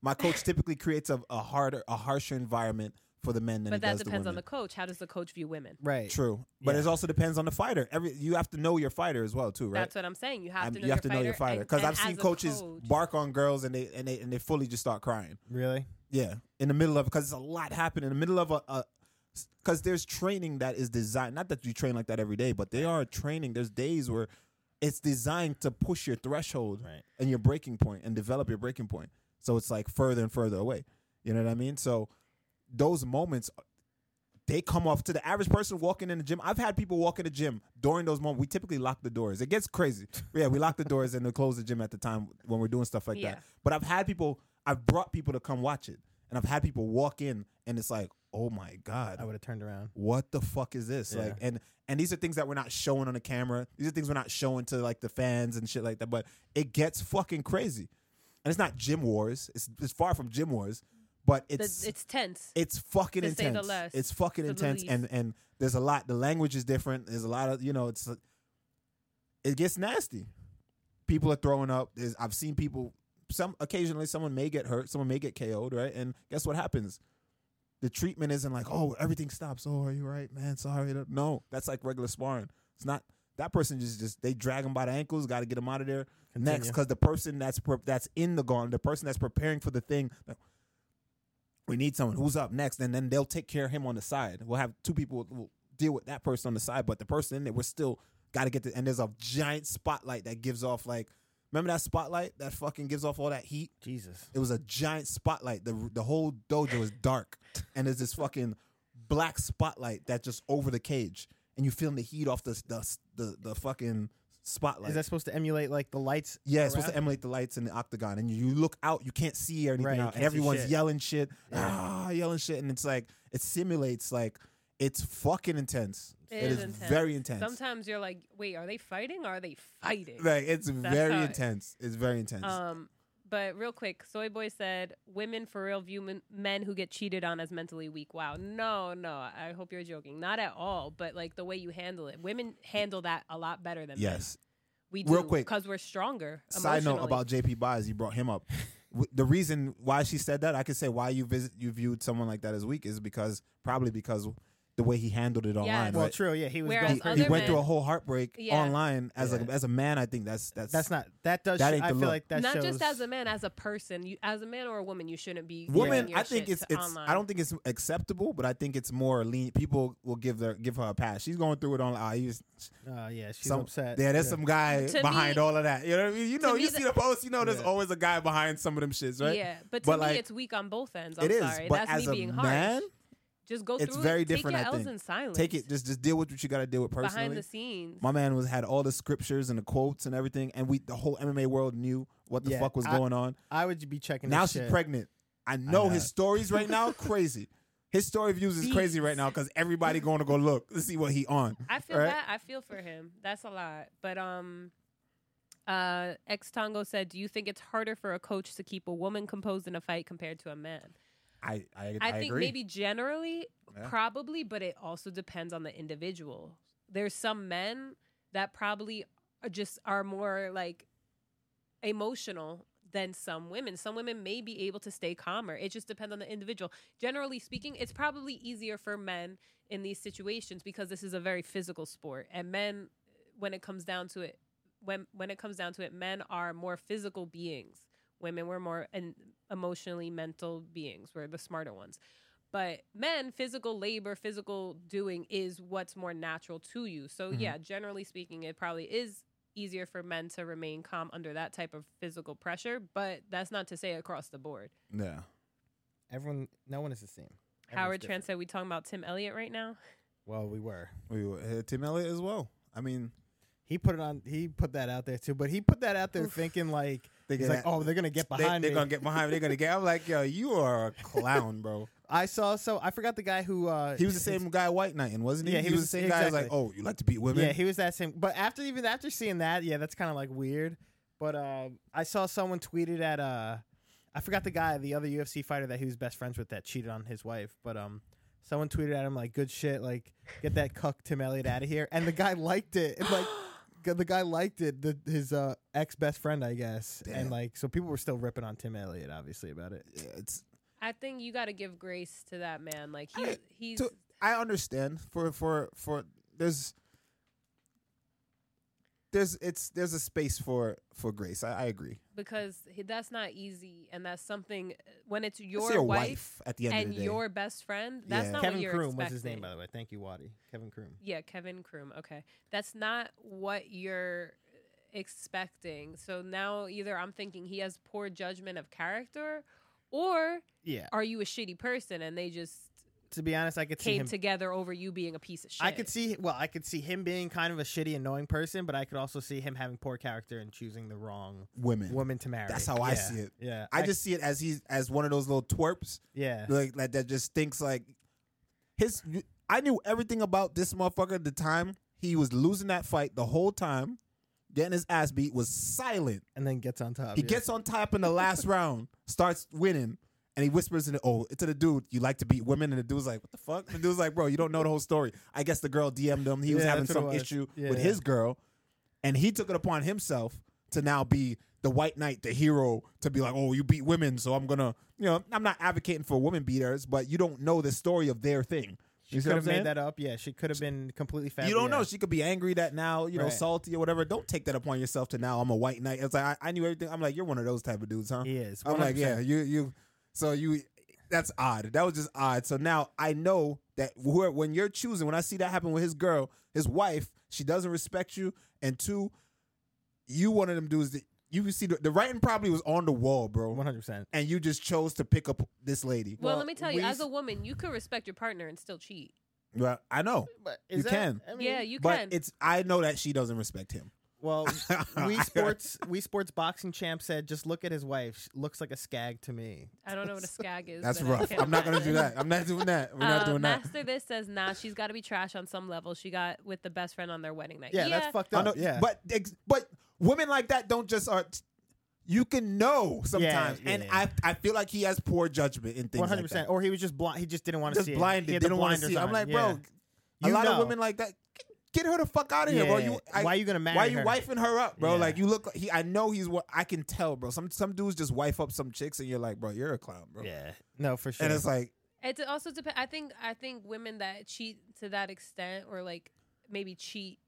B: My coach typically creates a, a harder, a harsher environment for the men than
A: but
B: he
A: that
B: does
A: depends
B: the
A: on
B: women.
A: the coach. How does the coach view women?
C: Right.
B: True, but it
C: Yeah.
B: also depends on the fighter. Every you have to know your fighter as well, too, right?
A: That's what I'm saying. You have
B: I'm-
A: to know
B: you have to know your
A: fighter
B: fighter
A: and-
B: because
A: and
B: I've seen
A: as a
B: coaches
A: coach-
B: bark on girls and they and they and they fully just start crying.
C: Really?
B: Yeah, in the middle of because it's a lot happening in the middle of a. because there's training that is designed not that you train like that every day but they are training there's days where it's designed to push your threshold
C: Right.
B: and your breaking point and develop your breaking point so it's like further and further away you know what i mean so those moments they come off to the average person walking in the gym. I've had people walk in the gym during those moments. We typically lock the doors. It gets crazy. Yeah, we lock the doors and we close the gym at the time when we're doing stuff like
A: Yeah.
B: that. But I've had people, I've brought people to come watch it, and I've had people walk in, and it's like, oh my god,
C: I would have turned around.
B: what the fuck is this?
C: Yeah.
B: Like, and and these are things that we're not showing on the camera. These are things we're not showing to like the fans and shit like that. But it gets fucking crazy, and it's not gym wars. It's it's far from gym wars, but
A: The-
B: it's
A: it's tense.
B: it's fucking
A: To say the
B: intense.
A: less,
B: it's fucking
A: to the
B: intense,
A: least.
B: and and there's a lot. The language is different. There's a lot of you know. It's it gets nasty. People are throwing up. There's, I've seen people. Some occasionally, someone may get hurt. Someone may get KO'd. Right, and guess what happens? The treatment isn't like, oh, everything stops. Oh, are you right, man? Sorry. No, that's like regular sparring. It's not. That person just just they drag them by the ankles. Got to get them out of there next
C: Continue.
B: because the person that's pre- that's in the garden, the person that's preparing for the thing, we need someone who's up next, and then they'll take care of him on the side. We'll have two people will deal with that person on the side, but the person in there, we're still got to get the. And there's a giant spotlight that gives off like, remember that spotlight that fucking gives off all that heat.
C: Jesus.
B: It was a giant spotlight. the The whole dojo is dark, and there's this fucking black spotlight that just over the cage, and you feeling the heat off the the the, the fucking spotlight.
C: Is that supposed to emulate like the lights?
B: Yeah, it's supposed to
C: around?
B: emulate the lights in the octagon, and you look out, you can't see or anything,
C: Right, you
B: out, and
C: can't see
B: everyone's
C: shit.
B: yelling shit, ah, yelling shit, and it's like it simulates like It's fucking intense.
A: It
B: it
A: is
B: is,
A: intense.
B: very intense.
A: Sometimes you're like, wait, are they fighting? Or are they fighting?
B: like it's very
A: how it-
B: intense. It's very intense.
A: Um, but real quick, Soy Boy said, "Women for real view men, men who get cheated on as mentally weak." Wow, no, no, I hope you're joking. Not at all. But like the way you handle it, women handle that a lot better than men.
B: yes.
A: We do
B: Real quick,
A: because we're stronger.
B: Side note
A: emotionally.
B: about JP Baez, you brought him up. W- The reason why she said that, I could say why you visit you viewed someone like that as weak is because probably because the way he handled it online.
A: Yes.
C: Well,
B: right?
C: true. Yeah, he was.
A: Whereas
C: going
B: he,
C: crazy.
B: he
A: other
B: went through a
A: men-
B: whole heartbreak
A: Yeah.
B: online as
C: Yeah.
B: a as a man. I think that's that's
C: That's not. That does.
B: That
C: sh-
B: ain't
C: I
B: the
C: feel
B: look.
C: like that
A: not
C: shows.
A: just as a man, as a person, you, as a man or a woman, you shouldn't be.
B: woman.
A: giving your
B: I think
A: shit
B: it's
A: to
B: it's.
A: Online.
B: I don't think it's acceptable, but I think it's more lean. People will give their give her a pass. She's going through it on. Ah, you
C: Oh yeah, she's
B: some
C: upset.
B: yeah. There's some guy
A: To
B: behind
A: me-
B: all of that. You know what I mean? You know,
A: me
B: you
A: the-
B: see the post. You know, there's
C: Yeah.
B: always a guy behind some of them shits, right?
A: Yeah, but to
B: But,
A: me,
B: like,
A: it's weak on both ends. I'm
B: It is,
A: sorry,
B: but
A: that's me
B: as a
A: being
B: man,
A: harsh. Just go
B: it's
A: through
B: very
A: it. Take
B: different,
A: your
B: I
A: L's
B: think.
A: in silence.
B: Take it. Just just deal with what you got to deal with personally.
A: behind the scenes.
B: My man was had all the scriptures and the quotes and everything, and we the whole MMA world knew what the
C: Yeah,
B: fuck was
C: I-
B: going on.
C: I would be checking.
B: Now
C: this
B: she's
C: shit.
B: pregnant. I know,
C: know.
B: his stories right now crazy. His story views is crazy right now because everybody going to go look to see what he on.
A: I feel
B: right?
A: that I feel for him. That's a lot. But um uh ex Tongo said, Do you think it's harder for a coach to keep a woman composed in a fight compared to a man?
B: I I,
A: I, think maybe generally,
B: Yeah.
A: probably, but it also depends on the individual. There's some men that probably are just are more like emotional than some women. Some women may be able to stay calmer. It just depends on the individual. Generally speaking, it's probably easier for men in these situations because this is a very physical sport and men when it comes down to it when when it comes down to it men are more physical beings. Women were more and emotionally mental beings. We're the smarter ones. But men, physical labor, physical doing is what's more natural to you. So,
B: Mhm.
A: yeah, generally speaking, it probably is easier for men to remain calm under that type of physical pressure. But that's not to say across the board.
B: Yeah.
C: Everyone, no one is the same. Everyone's
A: Howard Trent
C: different.
A: said, We talking about Tim Elliott right now?
C: Well, we were.
B: We were, uh, Tim Elliott as well. I mean,
C: He put it on. He put that out there too, but he put that out there
A: Oof.
C: thinking like
B: they
C: he's like, oh, they're gonna get behind
B: They,
C: me.
B: are gonna get behind. me. They're gonna get. I'm like, yo, you are a clown, bro.
C: I saw. So I forgot the guy who uh,
B: He was the same guy White Knight, and wasn't he?
C: Yeah, he was-
B: the same guy. who's Like,
C: exactly.
B: oh, you like to beat women?
C: Yeah, he was that same. But after even after seeing that, yeah, that's kind of like weird. But um, I saw someone tweeted at uh, I forgot the guy, the other UFC fighter that he was best friends with that cheated on his wife. But um, someone tweeted at him like, "Good shit, like get that cuck Tim Elliott out of here." And the guy liked it. And, like g- the guy liked it. The, his uh, ex best friend, I guess.
B: Damn.
C: And like, so people were still ripping on Tim Elliott, obviously about it.
B: Yeah, it's
A: I think you got to give grace to that man. Like, he,
B: I-
A: he's.
B: to- I understand for for for there's there's it's there's a space for for grace. I, I agree.
A: because he- that's not easy. And that's something when it's
B: It's
A: your, wife,
B: at the end
A: and
B: of the day.
A: your best friend, that's
B: Yeah.
A: not
C: Kevin
A: what you're
C: Kroom
A: expecting.
C: was his name, by the way. Thank you, Waddy. Kevin Kroom.
A: Yeah, Kevin Kroom. Okay. That's not what you're expecting. So now either I'm thinking he has poor judgment of character or
C: Yeah.
A: are you a shitty person and they just
C: To be honest, I could see
A: came
C: him
A: together over you being a piece of shit.
C: I could see well, I could see him being kind of a shitty, annoying person, but I could also see him having poor character and choosing the wrong
B: women.
C: woman to marry.
B: That's how I
C: Yeah,
B: see it.
C: Yeah,
B: I just see it as he's as one of those little twerps,
C: yeah,
B: like, like that just thinks like his. I knew everything about this motherfucker at the time. He was losing that fight the whole time, getting his ass beat. Was silent.
C: and then gets on top.
B: He
C: yeah.
B: gets on top in the last round, starts winning, and he whispers in the oh to the dude, "You like to beat women?" And the dude's like, "What the fuck?" The dude's like, "Bro, you don't know the whole story." I guess the girl DM'd him. He was
C: Yeah,
B: having
C: that's what it
B: some
C: was.
B: issue
C: Yeah,
B: with
C: yeah.
B: his girl, and he took it upon himself to now be the white knight, the hero, to be like, "Oh, you beat women, so I'm gonna." You know, I'm not advocating for women beaters, but you don't know the story of their thing.
C: She
B: You see
C: could
B: what
C: have
B: I'm saying?
C: made that up. Yeah, she could have been completely. Fab-
B: you don't
C: yeah.
B: know. She could be angry that now, you know,
C: Right.
B: salty or whatever. Don't take that upon yourself to now I'm a white knight. It's like I, I knew everything. I'm like, you're one of those type of dudes, huh?
C: He is.
B: I'm like, yeah,
C: 100%.
B: you, you. So you, that's odd. That was just odd. So now I know that whoever, when you're choosing, when I see that happen with his girl, his wife, she doesn't respect you, and two, you one of them dudes that you see the, the writing probably was on the wall, bro,
C: 100%.
B: and you just chose to pick up this lady.
A: well,
C: well,
A: let me tell you,
C: we
A: as
C: s-
A: a woman, you could respect your partner and still cheat.
B: Well, I know,
C: But
B: You can.
C: I
A: yeah, you
B: but
A: can.
B: it's I know that she doesn't respect him.
C: Well,
B: I
C: Wii
B: got-
C: Sports Wii Sports boxing champ said, "Just look at his wife. She looks like a skag to me."
A: I don't know what a skag is.
B: That's
A: but I
B: rough.
A: can't
B: I'm not gonna do
A: imagine.
B: that. I'm not doing that. We're
A: Uh,
B: not doing that.
A: Master this says nah. She's got to be trash on some level. She got with the best friend on their wedding night.
C: Yeah, that's fucked
B: I
C: up.
B: know,
C: yeah,
B: But ex- but women like that don't just are. You can know sometimes,
C: yeah,
B: and
C: yeah.
B: I I feel like he has poor judgment in things.
C: one
B: One
C: hundred
B: hundred
C: percent. Or he was just blind. He just didn't want to
B: Just
C: see. It. He
B: blinded.
C: had
B: They
C: the
B: don't want to
C: blinders
B: see. it. I'm
C: on.
B: like,
C: Yeah.
B: bro, a
C: You
B: lot of
C: know.
B: women like that. Get her the fuck out of here, bro.
C: Yeah.
B: You I,
C: why you gonna marry
B: why you
C: her?
B: wifing her up, bro?
C: Yeah.
B: Like you look. He I know he's what I can tell, bro. Some some dudes just wife up some chicks, and you're like, bro, you're a clown, bro.
C: Yeah, no, for sure.
B: And it's like,
A: It's also depend. I think I think women that cheat to that extent, or like maybe cheat.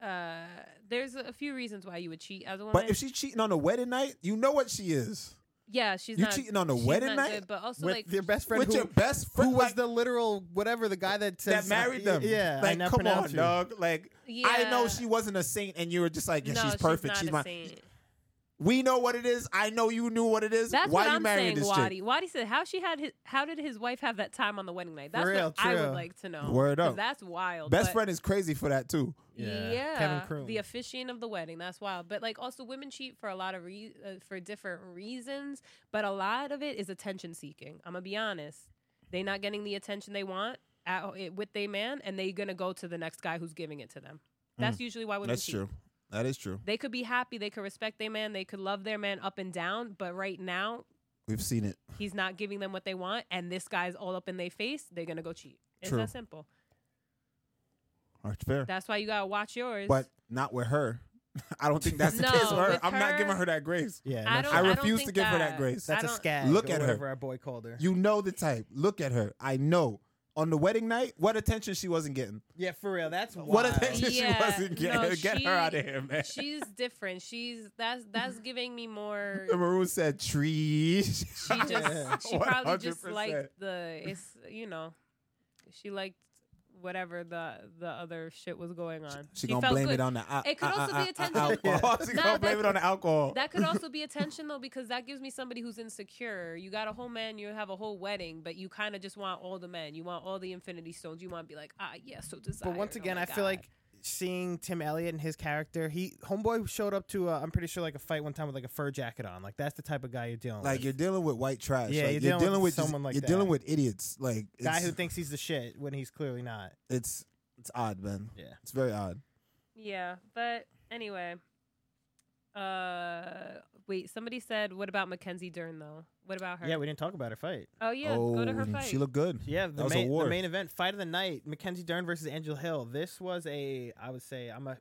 A: Uh, there's a few reasons why you would cheat as a woman.
B: but if she's cheating on a wedding night, you know what she is.
A: yeah, she's
B: you
A: not
B: cheating on a
A: she's
B: wedding
A: not
B: night
A: good, but also
C: with
A: like
C: your best friend
B: with
C: who,
B: your best friend,
C: who was
B: like,
C: the literal whatever the guy that
B: that
C: says
B: married them.
C: Yeah, I
B: like
C: now
B: come
C: pronounce
B: on,
C: you.
B: dog. Like I know
A: Yeah.
B: she wasn't a saint, and you were just like, yeah,
A: no,
B: she's perfect.
A: She's,
B: She's,
A: not a
B: my.
A: saint.
B: We know what it is. I know you knew what it is.
A: That's
B: Why
A: what
B: you
A: I'm
B: marrying
A: saying,
B: this
A: Wadi.
B: chick?
A: Wadi said how she had his, how did his wife have that time on the wedding night?
C: For
A: That's
C: real,
A: what I
C: true.
A: would like to know.
B: Word
A: 'cause
B: up.
A: That's wild.
B: Best
A: but-
B: friend is crazy for that too.
C: Yeah,
A: Yeah,
C: Kevin Kroon.
A: the officiant of the wedding. That's wild. But like, also women cheat for a lot of re- uh, for different reasons. But a lot of it is attention seeking. I'm gonna be honest. They not getting the attention they want at, uh, it, with their man, and they gonna go to the next guy who's giving it to them. That's usually why women.
B: Mm. That's
A: cheat.
B: true. That is true.
A: They could be happy. They could respect their man. They could love their man up and down. But right now,
B: We've seen it.
A: he's not giving them what they want, and this guy's all up in their face. They're gonna go cheat. It's
B: True.
A: that simple.
B: That's fair.
A: That's why you gotta watch yours.
B: but not with her. I don't think that's the
A: No,
B: case with her.
A: with
B: I'm not
A: her-
B: giving her that grace.
C: yeah.
A: I
C: no,
A: don't.
B: I
A: I don't
B: refuse
A: think
B: to give her that
A: that.
B: grace.
A: I
C: That's a
A: don't-
C: skag.
B: Look
C: or
B: at her.
C: whatever Our boy called her.
B: You know the type. Look at her. I know. On the wedding night, what attention she wasn't getting.
C: yeah, for real. That's wild.
B: What attention
A: Yeah,
B: she wasn't getting.
A: no,
B: Get
A: she-
B: her out of here, man.
A: She's different. She's that's that's giving me more.
B: The maroon said trees.
A: She just she probably just
B: 100%.
A: liked the it's you know, she liked whatever the the other shit was going on.
B: She gonna blame it on the al-
A: It could
B: uh,
A: also
B: uh,
A: be
B: uh,
A: attention.
B: alcohol. She
A: No,
B: gonna
A: that-
B: blame it on the alcohol.
A: That could also be attention though, because that gives me somebody who's insecure. You got a whole man, you have a whole wedding, but you kind of just want all the men. You want all the Infinity Stones. You want to be like, ah, yeah, so desired.
C: But once
A: Oh
C: again,
A: my
C: I feel
A: God.
C: like seeing Tim Elliott and his character. He homeboy showed up to. Uh, I'm pretty sure like a fight one time with like a fur jacket on. Like that's the type of guy you're dealing
B: like
C: with.
B: you're dealing with white trash.
C: Yeah,
B: like,
C: you're
B: you're,
C: dealing with
B: just-
C: someone like
B: you're
C: that.
B: dealing with idiots. Like
C: guy
B: it's,
C: who thinks he's the shit when he's clearly not.
B: it's it's odd, man.
C: Yeah.
B: it's very odd.
A: Yeah, but anyway. Uh, wait. Somebody said, "What about Mackenzie Dern though? What about her?
C: Yeah, we didn't talk about her fight.
A: oh yeah,
B: oh,
A: go to her fight.
B: she looked good.
C: Yeah, the
B: That was a
C: main, the
B: war.
C: main event, fight of the night, Mackenzie Dern versus Angel Hill. This was a, I would say, I'm a,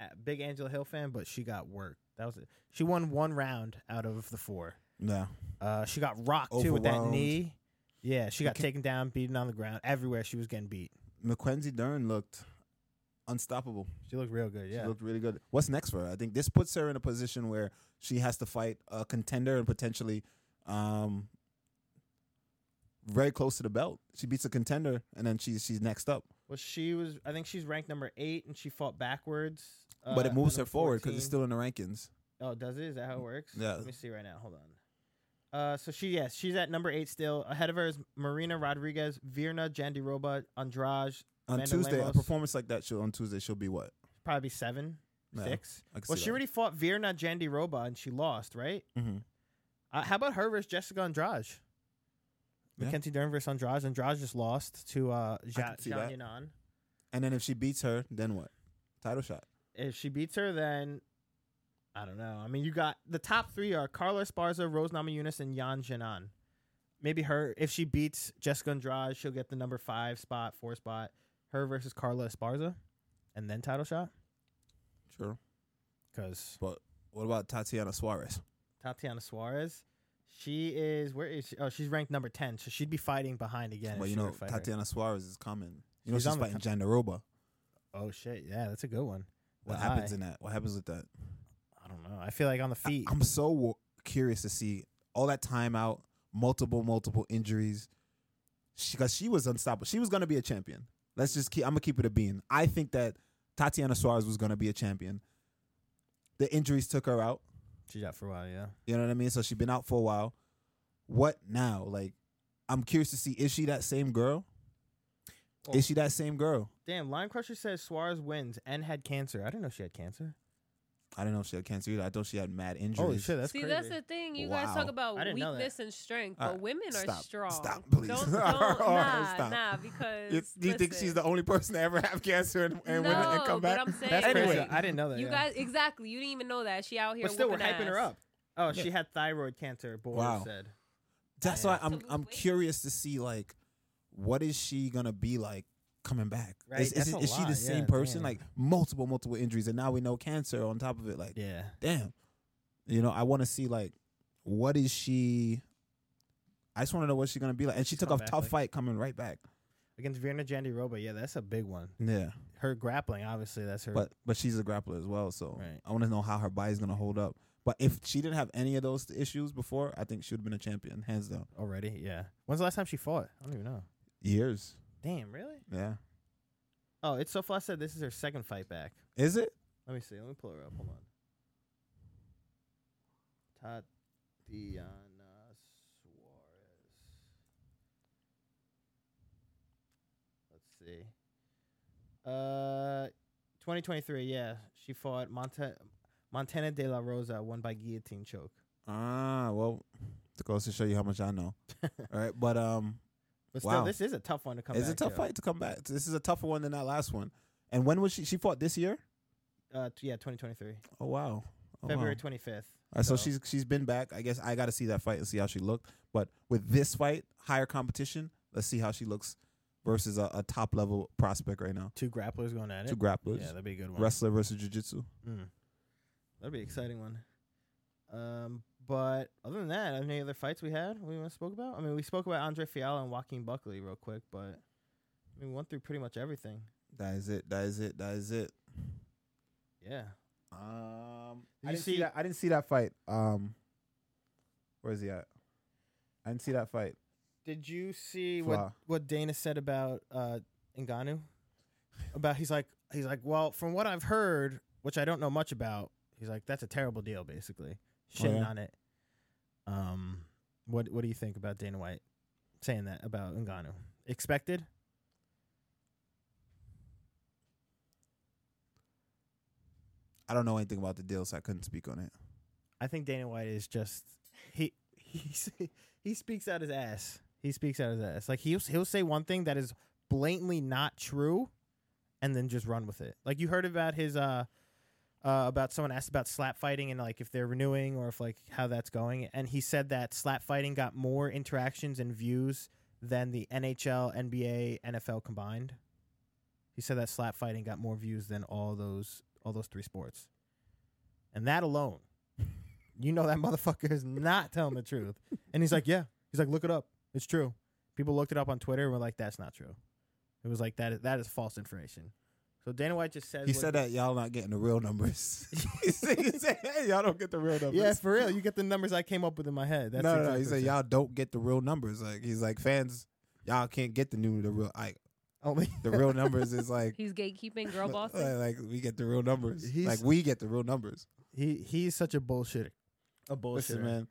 C: a big Angel Hill fan, but she got worked. That was it. She won one round out of the four.
B: No,
C: Uh, she got rocked too with that
B: Overwhelmed.
C: knee. Yeah, she got
B: Okay.
C: taken down, beaten on the ground. Everywhere she was getting beat.
B: Mackenzie Dern looked unstoppable.
C: She looked real good. Yeah,
B: She looked really good. What's next for her? I think this puts her in a position where she has to fight a contender and potentially um very close to the belt. She beats a contender and then she's she's next up.
C: well, she was. I think she's ranked number eight, and she fought backwards. Uh,
B: but it moves her
C: number
B: forward because it's
C: 14.
B: still in the rankings.
C: Oh, does it? Is that how it works?
B: Yeah.
C: Let me see right now. Hold on. Uh, so she yes, she's at number eight still. Ahead of her is Marina Rodriguez, Virna Jandiroba, Andrage.
B: On
C: Amanda
B: Tuesday,
C: Lemos.
B: a performance like that she'll on Tuesday she'll be what?
C: Probably seven,
B: No,
C: six.
B: I can
C: Well,
B: see
C: she
B: that.
C: already fought Virna Jandiroba and she lost, right?
B: Mm-hmm.
C: Uh, how about her versus Jessica Andrade?
B: Yeah.
C: Mackenzie Dern versus Andrade. Andrade just lost to uh, ja-
B: can see
C: Zhang
B: that.
C: Yanan.
B: And then if she beats her, then what? Title shot.
C: If she beats her, then I don't know. I mean, you got the top three are Carla Esparza, Rose Namajunas, and Yan Janan. Maybe her if she beats Jessica Andrade, she'll get the number five spot, four spot. Her versus Carla Esparza, and then title shot
B: Sure.
C: because
B: But what about Tatiana Suarez?
C: Tatiana Suarez, she is where is she? Oh, she's ranked number ten, so she'd be fighting behind again.
B: but
C: if
B: you
C: she were
B: know
C: to fight her.
B: Tatiana Suarez is coming. You know
C: She's
B: she's,
C: on the
B: fighting Jandaroba.
C: Oh shit, yeah, that's a good one.
B: What
C: The
B: happens
C: eye.
B: in that? What happens with that?
C: I don't know. I feel like on the feet.
B: I, am so wo- curious to see all that time out, multiple, multiple injuries. Because she, was unstoppable. She was going to be a champion. Let's just keep, I'm going to keep it a bean. I think that Tatiana Suarez was going to be a champion. The injuries took her out.
C: she's out for a while, yeah.
B: You know what I mean? So she's been out for a while. What now? Like, I'm curious to see is she that same girl?
C: Well- Oh.
B: Is she that same girl?
C: Damn, Lime Crusher says Suarez wins and had cancer. I didn't know she had cancer.
B: I didn't know if she had cancer either. I thought she had mad injuries.
C: Holy shit, that's
A: See,
C: crazy.
A: that's the thing. You guys
B: Wow.
A: talk about
C: I didn't know that.
A: weakness and strength,
B: All
A: but
B: right,
A: women are
B: stop,
A: strong.
B: stop, please.
A: Don't,
B: All right,
A: don't, nah,
B: stop.
A: nah, because
B: You, do you think she's
A: listen.
B: the only person to ever have cancer and, and women and
A: No,
B: come
A: but
B: back?
A: I'm saying-
C: That's
A: Anyway.
C: crazy. I didn't know that.
A: You
C: yeah.
A: guys, exactly. You didn't even know that she out here.
C: but still, we're hyping
A: whooping
C: her
A: ass.
C: up. Oh,
B: Yeah.
C: she had thyroid cancer. Boris
B: Wow.
C: said.
B: That's
C: Yeah.
B: why I'm
A: To
B: I'm
A: lose weight.
B: curious to see like what is she gonna be like coming back?
C: Right,
B: Is is,
C: that's
B: it-
C: a
B: is she the
C: lot,
B: same
C: yeah,
B: person?
C: damn.
B: Like multiple multiple injuries, and now we know cancer on top of it. Like
C: Yeah.
B: damn, you know I want to see like what is she? I just want to know what she's gonna be like. And she
C: She's
B: took a
C: coming back,
B: tough
C: like-
B: fight coming right back.
C: Against Virna Jandiroba. Yeah, that's a big one.
B: Yeah,
C: Her grappling, obviously, that's her.
B: but but she's a grappler as well, so
C: Right.
B: I want to know how her body's gonna hold up. But if she didn't have any of those issues before, I think she would have been a champion, hands down.
C: already, yeah. When's the last time she fought? I don't even know.
B: Years,
C: Damn, really?
B: yeah.
C: Oh, it's so far said this is her second fight back.
B: Is it?
C: Let me see. Let me pull her up. Hold on. Tatiana Suarez. Let's see. Uh, 2023. Yeah, she fought Monta- Montana De La Rosa, won by guillotine choke.
B: Ah, well, it goes to show you how much I know. All right, but um,
C: But still,
B: Wow.
C: this is a tough one to come.
B: it's a
C: back
B: tough
C: to.
B: fight to come back. This is a tougher one than that last one. And when was she? She fought this year.
C: Uh, t- yeah, 2023,
B: Oh wow, Oh,
C: February
B: Wow.
C: 25th.
B: All right, so
C: so-
B: she's she's been back. I guess I got to see that fight and see how she looked. But with this fight, higher competition. Let's see how she looks versus a, a top level prospect right now.
C: Two grapplers going at it.
B: Two grapplers,
C: yeah, that'd be a good one.
B: wrestler versus jujitsu.
C: Mm. That'd be an exciting one. Um, but other than that, any other fights we had we want to spoke about? I mean, we spoke about Andre Fiala and Joaquin Buckley real quick, but I mean, we went through pretty much everything.
B: That is it. That is it. That is it.
C: Yeah.
B: Um,
C: Did
B: I
C: you
B: didn't see
C: see-
B: that. I didn't see that fight. Um, where is he at? I didn't see that fight.
C: Did you see what
B: Fla.
C: what Dana said about uh Ngannou? About he's like he's like, well, from what I've heard, which I don't know much about, he's like that's a terrible deal, basically shitting
B: Oh, yeah?
C: on it. Um, what what do you think about Dana White saying that about Ngannou? Expected.
B: I don't know anything about the deal, so I couldn't speak on it.
C: I think Dana White is just he he's, he speaks out his ass. He speaks out his ass. Like he'll he'll say one thing that is blatantly not true, and then just run with it. Like you heard about his uh. Uh, about someone asked about slap fighting and like if they're renewing or if like how that's going, and he said that slap fighting got more interactions and views than the NHL, NBA, NFL combined. He said that slap fighting got more views than all those all those three sports, and that alone you know that motherfucker is not telling the truth. And he's like, yeah. He's like, look it up. It's true. People looked it up on Twitter and were like, that's not true. It was like that. Is, that is false information. So Dana White just says
B: He
C: what-
B: said that y'all not getting the real numbers. he said, he said, hey, y'all don't get the real numbers.
C: Yeah, for real. You get the numbers I came up with in my head. That's
B: no, no, no. He
C: exactly
B: said
C: what
B: y'all don't get the real numbers. Like he's like fans, y'all can't get the new the real. I,
C: only
B: the real numbers is like
A: He's gatekeeping girl
B: like,
A: bossing.
B: like we get the real numbers.
C: He's-
B: like we get the real numbers.
C: he he's such a bullshit. A bullshit
B: Listen, man,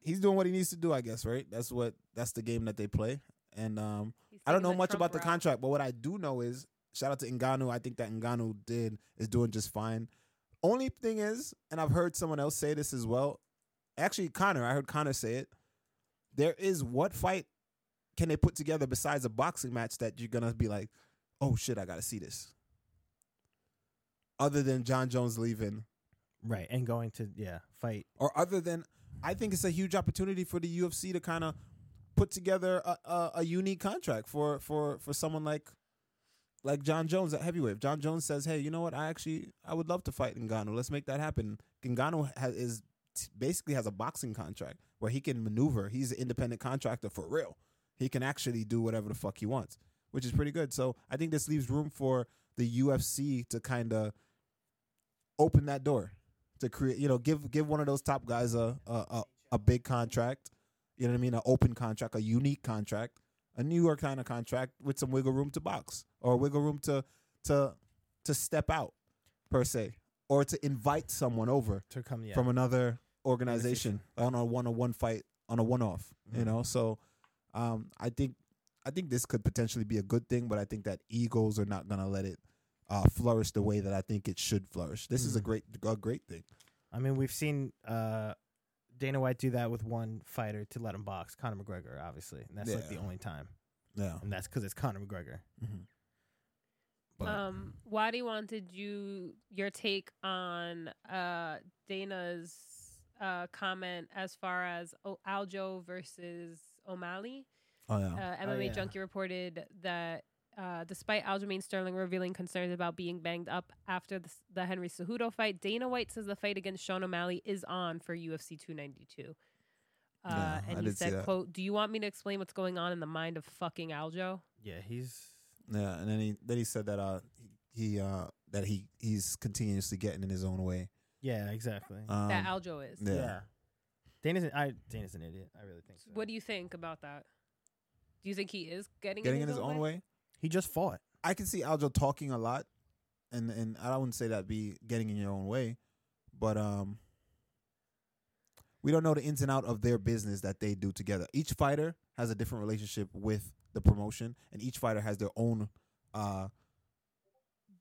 B: he's doing what he needs to do. I guess right. That's what that's the game that they play. And um,
A: He's
B: I don't
A: taking
B: know
A: the
B: much
A: Trump
B: about the
A: route.
B: contract, but what I do know is shout out to Ngannou. I think that Ngannou did is doing just fine. Only thing is, and I've heard someone else say this as well. Actually, Connor, I heard Connor say it. There is what fight can they put together besides a boxing match that you're gonna be like, oh shit, I gotta see this. Other than John Jones leaving,
C: Right, and going to yeah fight.
B: or other than, I think it's a huge opportunity for the UFC to kind of put together a, a, a unique contract for for for someone like like John Jones at heavyweight. If John Jones says, "Hey, you know what? I actually I would love to fight Ngannou. Let's make that happen." Ngannou has, is t- basically has a boxing contract where he can maneuver. He's an independent contractor for real. He can actually do whatever the fuck he wants, which is pretty good. So I think this leaves room for the UFC to kind of open that door to create, you know, give give one of those top guys a a, a, a big contract. You know what I mean? An open contract, a unique contract, a New York kind of contract with some wiggle room to box or wiggle room to to to step out per se or to invite someone over
C: To come, yeah,
B: from another organization on a one-on-one fight on a one-off you
C: Mhm.
B: know so um i think i think this could potentially be a good thing but i think that egos are not going to let it uh, flourish the way that I think it should flourish. This is a
C: Mm.
B: great a great thing.
C: I mean, we've seen uh, Dana White do that with one fighter to let him box, Conor McGregor, obviously, and that's like the
B: Yeah.
C: only time,
B: Yeah. Mm-hmm.
C: and that's because it's Conor McGregor. But
B: Oh,
A: Um, Wadi wanted you your take on uh, Dana's uh, comment as far as o- Aljo versus O'Malley.
B: Oh yeah.
A: Uh, MMA
C: yeah.
A: Junkie reported that uh, despite Aljamain Sterling revealing concerns about being banged up after the, the Henry Cejudo fight, Dana White says the fight against Sean O'Malley is on for UFC 292. Uh,
B: Yeah, I
A: and he
B: did see
A: said,
B: that.
A: "quote Do you want me to explain what's going on in the mind of fucking Aljo?"
C: yeah, he's
B: Yeah, and then he then he said that uh he uh that he he's continuously getting in his own way.
C: yeah, exactly.
B: Um,
A: that Aljo is.
B: yeah.
C: Dana's an, I Dana's an idiot. I really think so.
A: What do you think about that? Do you think he is getting
B: getting in his own way.
C: he just fought.
B: I can see Aljo talking a lot, and and I wouldn't say that be getting in your own way, but um, we don't know the ins and out of their business that they do together. Each fighter has a different relationship with the promotion, and each fighter has their own uh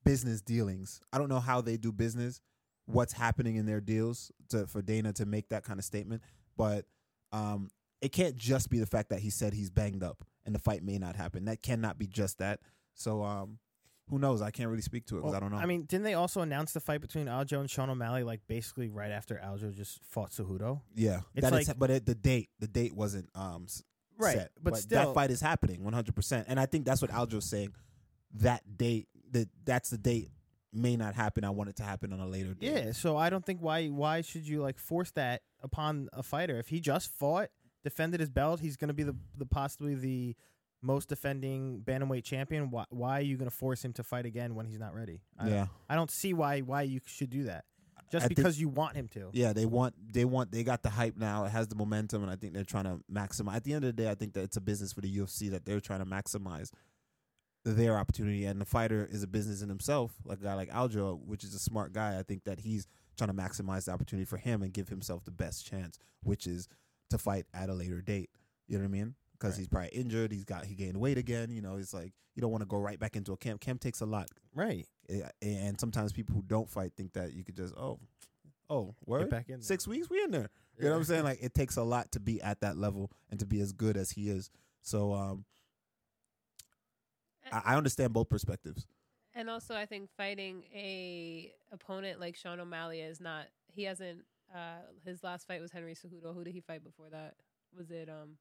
B: business dealings. I don't know how they do business, what's happening in their deals to for Dana to make that kind of statement, but um, it can't just be the fact that he said he's banged up and the fight may not happen. That cannot be just that. So um, who knows? I can't really speak to it because
C: Well,
B: I don't know.
C: I mean, didn't they also announce the fight between Aljo and Sean O'Malley like basically right after Aljo just fought Cejudo?
B: yeah,
C: it's
B: that is-
C: like-
B: but it, the date, the date wasn't um s- set.
C: but, still,
B: that fight is happening 100. percent And I think that's what Aljo's saying. That date, that that's the date may not happen. I want it to happen on a later date.
C: yeah. So I don't think why why should you like force that upon a fighter if he just fought, defended his belt, he's going to be the, the possibly the most defending bantamweight champion. Why why are you going to force him to fight again when he's not ready? I,
B: yeah.
C: I don't see why why you should do that just
B: I think-
C: because you want him to.
B: Yeah, they want they want they got the hype now. It has the momentum, and I think they're trying to maximize. At the end of the day, I think that it's a business for the UFC that they're trying to maximize their opportunity, and the fighter is a business in himself. Like a guy like Aljo, which is a smart guy, I think that he's trying to maximize the opportunity for him and give himself the best chance, which is to fight at a later date. You know what I mean? Because
C: Right.
B: he's probably injured. He's got he gained weight again. You know, it's like you don't want to go right back into a camp. Camp takes a lot,
C: Right.
B: Eh, and sometimes people who don't fight think that you could just oh, oh,
C: Get
B: word
C: back in. there.
B: six weeks, we in there. You know what I'm saying? Like it takes a lot to be at that level and to be as good as he is. So um I, I understand both perspectives.
A: And also, I think fighting a opponent like Sean O'Malley is not. He hasn't. Uh, his last fight was Henry Cejudo. Who did he fight before that? Was it um?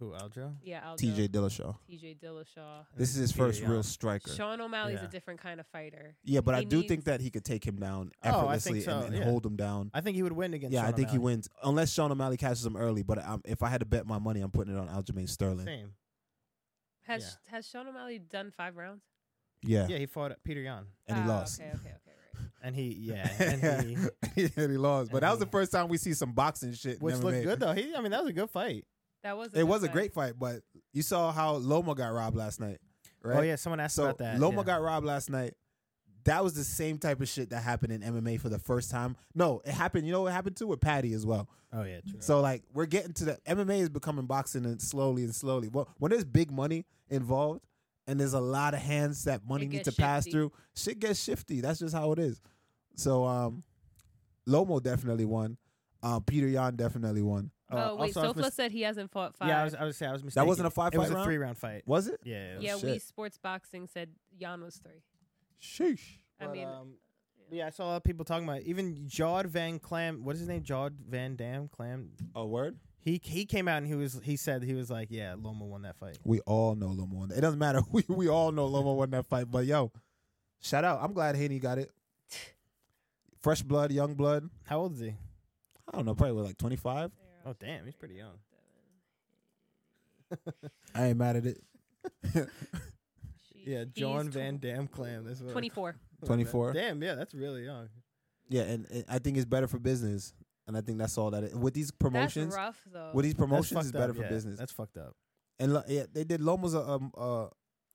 C: Who Aljo?
A: Yeah, Aldo.
B: TJ Dillashaw.
A: TJ Dillashaw.
B: This is his
C: Peter
B: first real
C: Yan.
B: striker.
A: Sean O'Malley's
C: Yeah.
A: a different kind of fighter.
B: Yeah, but I
A: He
B: do
A: needs-
B: think that he could take him down
C: Oh, I
B: effortlessly
C: think
B: and-
C: so,
B: and,
C: yeah.
B: hold him down.
C: I think he would win against.
B: yeah,
C: Sean
B: I think he
C: O'Malley.
B: wins unless Sean O'Malley catches him early. But um, if I had to bet my money, I'm putting it on Aljamain Sterling.
C: Same.
A: Has
C: Yeah.
A: Has Sean O'Malley done five rounds?
B: Yeah,
C: Yeah, he fought Peter Yan,
B: and he
A: Ah,
B: lost.
A: Okay, okay, okay. Right.
C: and he yeah, and he,
B: And he lost. But that was the
C: and he-
B: first time we see some boxing shit. in
C: which looked
B: MMA.
C: good though. He, I mean, that was a good fight.
A: That was.
B: It
A: good
B: was a
A: fight.
B: great fight, but you saw how Loma got robbed last night, right?
C: Oh yeah, someone asked
B: So
C: about that.
B: Loma
C: yeah.
B: got robbed last night. That was the same type of shit that happened in MMA for the first time. No, it happened. You know what happened too with Patty as well.
C: Oh yeah, true.
B: So like we're getting to the MMA is becoming boxing and slowly and slowly. Well, when there's big money involved and there's a lot of hands that money
A: It
B: needs to
A: gets
B: pass
A: shifty.
B: through, shit gets shifty. That's just how it is. So um, Lomo definitely won. Uh, Peter Yan definitely won.
A: Oh, wait,
C: also I was
A: Sofla
C: mis-
A: said he hasn't fought five.
C: Yeah, I was, I was say I was mistaken.
B: wasn't a five
C: It was
B: fight
C: uh, a
B: round?
C: three round fight.
B: Was it?
C: Yeah.
A: yeah,
B: shit.
A: we sports boxing said Jan was three.
B: Sheesh.
A: I mean,
C: um, yeah, I saw a lot of people talking about it. even Jod Van Clam. What is his name? Jod Van Dam Clam.
B: A word.
C: He he came out and he was he said he was like yeah Loma won that fight.
B: We all know Lomo won. It doesn't matter. We we all know Lomo won that fight. But yo, shout out. I'm glad Haney got it. Fresh blood, young blood.
C: How old is he?
B: I don't know. Probably was like 25.
C: Oh damn, he's pretty young.
B: I ain't mad at it.
A: She-
C: Yeah,
A: he's
C: John
A: tw-
C: Van Dam Clam. That's what I-
A: 24.
B: Twenty-four.
C: Damn, yeah, that's really young.
B: Yeah, and, and I think it's better for business. And I think that's all that it, with these promotions.
A: That's rough though.
B: With these promotions
C: That's
B: is
C: fucked up,
B: better for
C: yeah,
B: business.
C: That's fucked up.
B: And lo- yeah, they did Lomo's a, um, a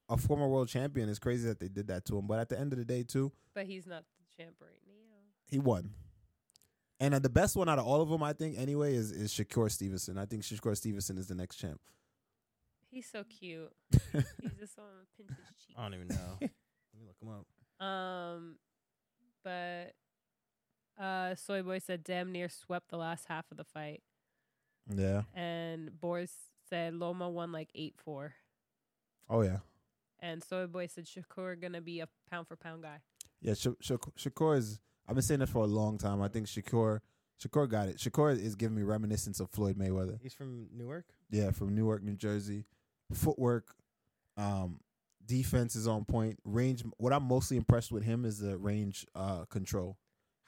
B: a former world champion. It's crazy that they did that to him. But at the end of the day, too,
A: but he's not the champ right now.
B: he won. And uh, the best one out of all of them, I think, anyway, is is Shakur Stevenson. I think Shakur Stevenson is the next champ.
A: He's so cute. He's just on pinch his cheek.
C: I don't even know. Let me look him up.
B: Uh.
A: Um, but uh, Soy Boy said damn near swept the last half of the fight,
B: Yeah.
A: and Boris said Loma won like eight four,
B: Oh yeah.
A: and Soy Boy said Shakur gonna be a pound for pound guy.
B: Yeah. Sha Sha Shakur is. I've been saying that for a long time. I think Shakur. Shakur got it. Shakur is giving me reminiscence of Floyd Mayweather.
C: He's from Newark.
B: Yeah, from Newark, New Jersey. Footwork, um, defense is on point. Range. What I'm mostly impressed with him is the range uh, control,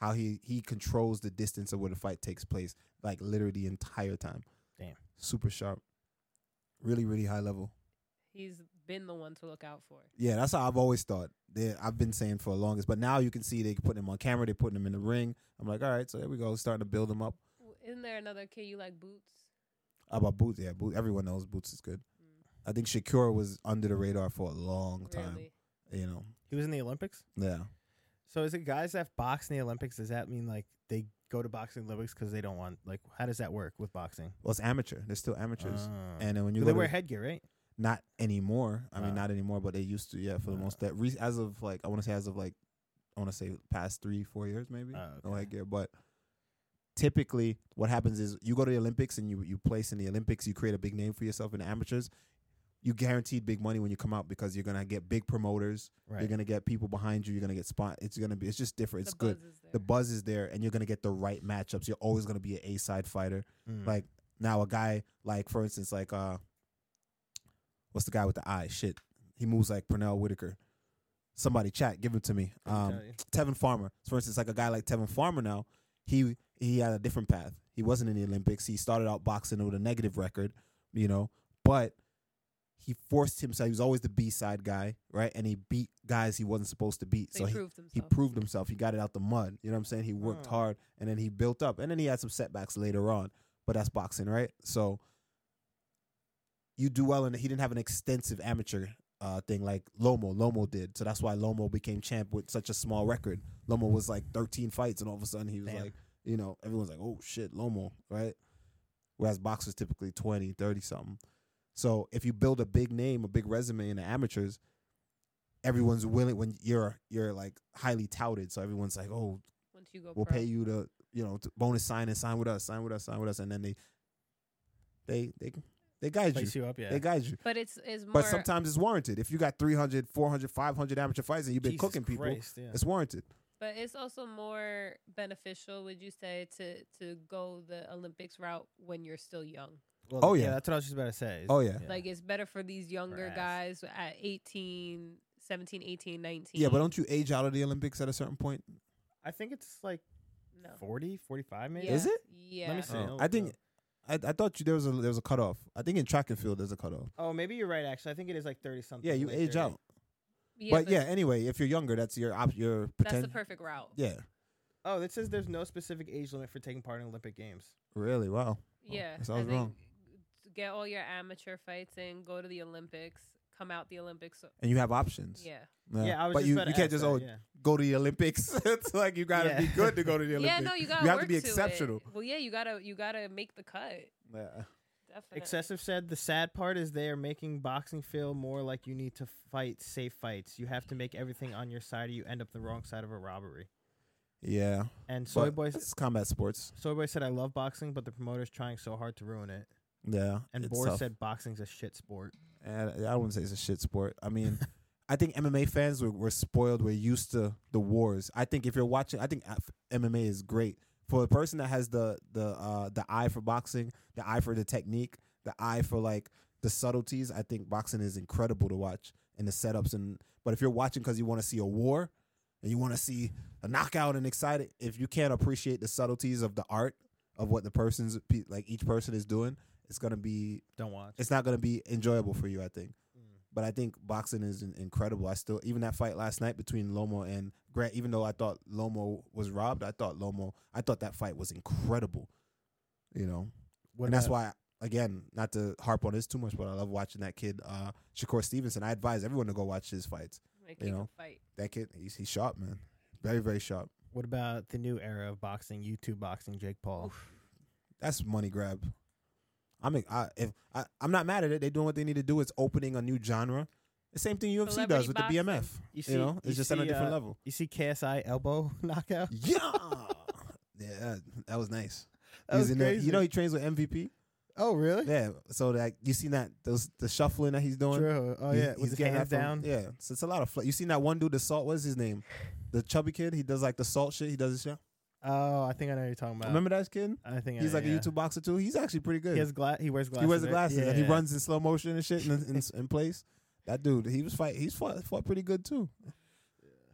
B: how he he controls the distance of where the fight takes place, like literally the entire time.
C: Damn.
B: Super sharp. Really, really high level.
A: He's been the one to look out for.
B: Yeah, that's how I've always thought. They, I've been saying for the longest, but now you can see they putting him on camera. They're putting him in the ring. I'm like, all right, so there we go, starting to build him up.
A: W- Isn't there another kid you like, Boots?
B: About Boots, yeah, Boots. Everyone knows Boots is good. I think Shakur was under the radar for a long time.
A: Really?
B: You know,
C: He was in the Olympics.
B: yeah.
C: So is it guys that box in the Olympics? Does that mean like they go to boxing Olympics because they don't want like how does that work with boxing?
B: Well, it's amateur. They're still amateurs.
C: Ah.
B: and then when you
C: Do
B: go
C: they
B: to-
C: wear headgear, right?
B: not anymore. I mean,
C: Ah.
B: not anymore, but they used to. Yeah, for the
C: Ah.
B: most that re- as of like I want to say as of like I want to say past three four years maybe.
C: Ah,
B: no
C: okay.
B: idea. But typically, what happens is you go to the Olympics and you you place in the Olympics, you create a big name for yourself in the amateurs. You guaranteed big money when you come out because you're gonna get big promoters.
C: Right.
B: You're gonna get people behind you. You're gonna get spot. It's gonna be. It's just different. It's
A: the
B: good.
A: Buzz is there.
B: The buzz is there, and you're gonna get the right matchups. You're always gonna be an A side fighter.
C: Mm.
B: Like now, a guy like for instance, like uh, what's the guy with the eye? Shit, he moves like Pernell Whitaker. Somebody chat, give him to me.
C: Couldn't
B: Um,
C: tell you.
B: Tevin Farmer, for instance, like a guy like Tevin Farmer now, he he had a different path. He wasn't in the Olympics. He started out boxing with a negative record, you know, but he forced himself. He was always the B side guy, right? And he beat guys he wasn't supposed to beat.
A: they
B: so he,
A: proved
B: he
A: themselves.
B: proved himself. He got it out the mud. You know what I'm saying? He worked
C: Oh.
B: hard and then he built up. And then he had some setbacks later on. But that's boxing, right? So you do well and he didn't have an extensive amateur uh, thing like Lomo. Lomo did. So that's why Lomo became champ with such a small record. Lomo was like 13 fights and all of a sudden he was
C: Damn.
B: like, you know, everyone's like, oh shit, Lomo, right? Whereas boxers typically 20, 30 something. So if you build a big name, a big resume in the amateurs, everyone's willing when you're you're like highly touted so everyone's like oh
A: Once you go,
B: we'll
A: pro.
B: pay you to you know to bonus sign and sign with us sign with us sign with us and then they they they they guide you
C: place you up, yeah.
B: they guide you
A: But it's it's more.
B: but sometimes it's warranted if you got 300 400 500 amateur fights and you've been
C: Jesus
B: cooking people
C: Christ, yeah.
B: it's warranted
A: But it's also more beneficial, would you say, to to go the Olympics route when you're still young?
C: Well,
B: Oh,
C: yeah.
B: yeah.
C: that's what I was just about to say. is-
B: Oh, yeah.
A: Like it's better for these younger
C: ass.
A: guys at 18, 17, 18, 19.
B: yeah but don't you age out of the olympics at a certain point
C: I think it's like
A: no.
C: forty, forty-five 40, 45 maybe.
A: Yeah.
B: Is it?
A: Yeah.
C: Let me see.
B: Oh,
C: I'll
B: i
C: look it
B: think
C: up.
B: I, I thought you there was a there was a cutoff i think in track and field there's a cutoff
C: Oh, maybe you're right. Actually, I think it is like thirty something.
B: yeah you
C: late
B: age
C: 30.
B: out but, yeah anyway if you're younger that's your op your
A: that's
B: potential
A: the perfect route.
B: yeah
C: Oh, it says there's no specific age limit for taking part in Olympic games.
B: really wow
A: Yeah.
B: that
A: I
B: sounds
A: think
B: wrong.
A: Get all your amateur fights in, go to the Olympics, come out the Olympics.
B: and you have options
A: Yeah.
C: Yeah, I was
B: but
C: just
B: you,
C: about to
B: you can't
C: ask
B: just
C: that,
B: oh
C: yeah.
B: go to the Olympics. it's like you gotta
C: Yeah.
B: be good to go to the Olympics.
A: Yeah, no, you gotta
B: you have
A: work
B: to be
A: it.
B: exceptional.
A: Well, yeah, you gotta you gotta make the cut.
B: Yeah.
A: Definitely.
C: Excessive said the sad part is they are making boxing feel more like you need to fight safe fights. You have to make everything on your side or you end up the wrong side of a robbery.
B: yeah.
C: And Soy
B: but
C: Boy
B: it's combat sports.
C: Soy Boy said I love boxing, but the promoter's trying so hard to ruin it.
B: Yeah,
C: And
B: it's
C: Boris
B: tough.
C: said boxing's a shit sport.
B: and I wouldn't say it's a shit sport. I mean, I think MMA fans were, were spoiled. We're used to the wars. I think if you're watching, I think F- MMA is great for a person that has the the uh, the eye for boxing, the eye for the technique, the eye for like the subtleties. I think boxing is incredible to watch and the setups and. But if you're watching because you want to see a war and you want to see a knockout and excited, if you can't appreciate the subtleties of the art of what the person's pe- like each person is doing, it's gonna be
C: Don't watch. Hmm.
B: it's not going to be enjoyable for you, I think. But I think boxing is in- incredible. I still, even that fight last night between Lomo and Grant, even though I thought Lomo was robbed, I thought Lomo, I thought that fight was incredible, you know? and that's why, again, not to harp on this too much, but I love watching that kid, uh, Shakur Stevenson. I advise everyone to go watch his fights.
A: Like,
B: you
A: you
B: know.
A: fight.
B: That kid, he's, he's sharp, man. Very, very sharp.
C: What about the new era of boxing, YouTube boxing, Jake Paul?
B: That's money grab. I mean, I, if I, I'm not mad at it. They're doing what they need to do. It's opening a new genre. The same thing UFC
A: Celebrity
B: does with
A: boxing.
B: the BMF.
C: You
B: You,
C: see-
B: know,
C: you
B: it's just
C: see,
B: on a different
C: uh,
B: level.
C: You see KSI elbow knockout?
B: Yeah, yeah, that, that was nice.
C: That
B: He
C: was
B: was in there-
C: crazy.
B: you know, he trains with MVP.
C: oh really?
B: Yeah, so that you seen that those the shuffling that he's doing.
C: True. Oh
B: He's-
C: yeah,
B: he's
C: with his
B: getting
C: hands
B: that from-
C: down.
B: Yeah, so it's a lot of. Fl- you seen that one dude, the salt? What's his name? The chubby kid. He does like the salt shit. He does this shit.
C: Oh, I think I know what you're talking about.
B: Remember that kid?
C: I think I-
B: He's like
C: yeah.
B: a YouTube boxer too. He's actually pretty good.
C: He has gla- He wears glasses.
B: he wears the
C: right?
B: glasses and he
C: Yeah.
B: runs in slow motion and shit in, in, in place. That dude, he was fight. He's fought, fought pretty good too.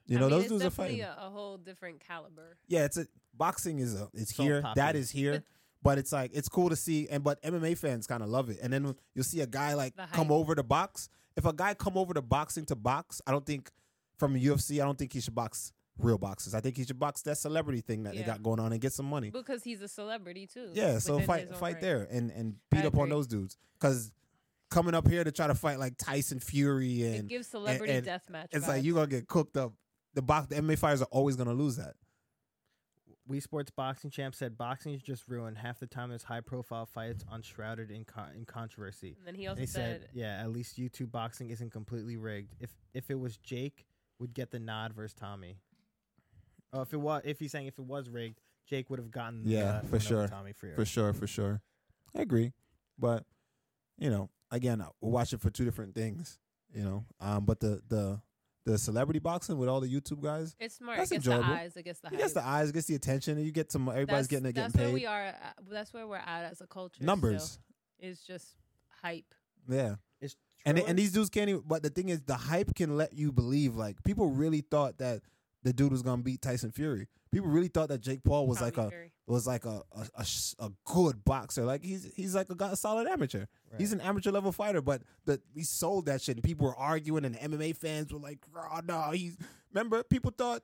B: You
A: I
B: know,
A: mean,
B: those
A: it's
B: dudes are
A: definitely
B: fighting.
A: A, a whole different caliber.
B: yeah, it's a boxing is a it's
C: So
B: here. That
C: popular.
B: is here. But it's like it's cool to see, and but MMA fans kind of love it. And then you'll see a guy like
A: The hype.
B: come over to box. If a guy come over to boxing to box, I don't think from UFC, I don't think he should box real boxes. I think he should box that celebrity thing that
A: Yeah.
B: they got going on and get some money.
A: Because he's a celebrity too.
B: Yeah, so
A: within
B: fight
A: his own
B: fight
A: right.
B: there and and
A: I
B: beat up on
A: agree.
B: those dudes because coming up here to try to fight like Tyson Fury
A: It
B: and
A: gives celebrity
B: and
A: death match.
B: it's like you gonna get cooked up. The box the MMA fighters are always gonna lose that.
C: We Sports Boxing Champ said boxing is just ruined. Half the time, there's high profile fights unshrouded in, con- in controversy.
A: And then he also
C: They
A: said,
C: said, yeah, at least YouTube boxing isn't completely rigged. If if it was Jake, would get the nod versus Tommy. Oh, if it was, if he's saying if it was rigged, Jake would have gotten the
B: Yeah,
C: nod
B: for
C: win over
B: sure.
C: Tommy Fury.
B: For sure, for sure. I agree. But, you know, again, I- we're watching for two different things, you know. Um, but the the the celebrity boxing with all the YouTube guys,
A: "It's smart.
B: That's
A: It gets
B: enjoyable.
A: the eyes. It gets the
B: it gets
A: hype.
B: the eyes, it gets the attention, and you get some everybody's
A: that's,
B: getting it
A: that's
B: getting
A: where
B: paid.
A: we are. At, that's where we're at as a culture. still.
B: Numbers.
A: It's just hype.
B: Yeah.
C: It's
B: And
C: true.
B: and these dudes can't even but the thing is the hype can let you believe like people really thought that the dude was gonna beat Tyson Fury. People really thought that Jake Paul was like a was like a a, a, sh- a good boxer. Like he's he's like a, go- a solid amateur. He's
C: Right.
B: an amateur level fighter, but the, he sold that shit, and people were arguing, and MMA fans were like, "Oh no, he's." Remember, people thought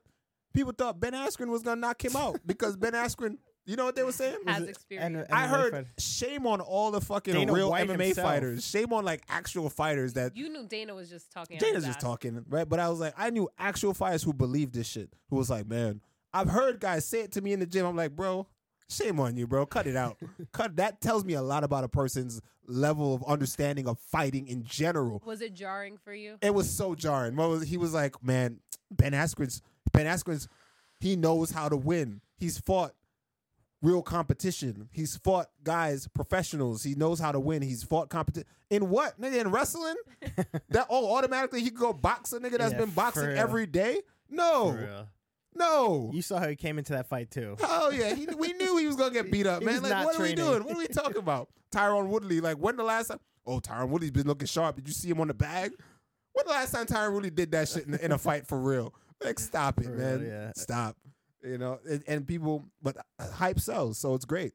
B: people thought Ben Askren was gonna knock him out because Ben Askren. You know what they were saying?
A: has
C: Was it-
A: experience.
C: and- uh,
B: I
C: MMA
B: heard
C: fighter.
B: shame on all the fucking
C: Dana
B: real
C: White
B: MMA
C: himself.
B: fighters. Shame on like actual fighters that
A: You knew Dana was just talking. out
B: Dana's
A: his
B: just
A: ass.
B: talking, right? But I was like, I knew actual fighters who believed this shit. Who was like, man, I've heard guys say it to me in the gym. I'm like, bro, shame on you, bro. Cut it out. Cut that tells me a lot about a person's level of understanding of fighting in general.
A: Was it jarring for you?
B: It was so jarring. What was- He was like, man, Ben Askren's Ben Askren's he knows how to win. He's fought real competition. He's fought guys, professionals. He knows how to win. He's fought competition in what? Nigga, in wrestling? that oh, automatically he could go box a nigga that's
C: Yeah,
B: been boxing
C: for real.
B: every day? No,
C: For real.
B: no.
C: You saw how he came into that fight too.
B: Oh yeah, he, we knew he was gonna get beat up,
C: He
B: man.
C: was
B: Like,
C: not
B: what are we
C: training.
B: doing? What are we talking about? Tyrone Woodley, like when the last time? Oh, Tyrone Woodley's been looking sharp. Did you see him on the bag? When the last time Tyrone Woodley did that shit in, in a fight for real? Like, stop it,
C: For real,
B: man.
C: yeah.
B: Stop. You know, and, and people, but uh, hype sells, so it's great.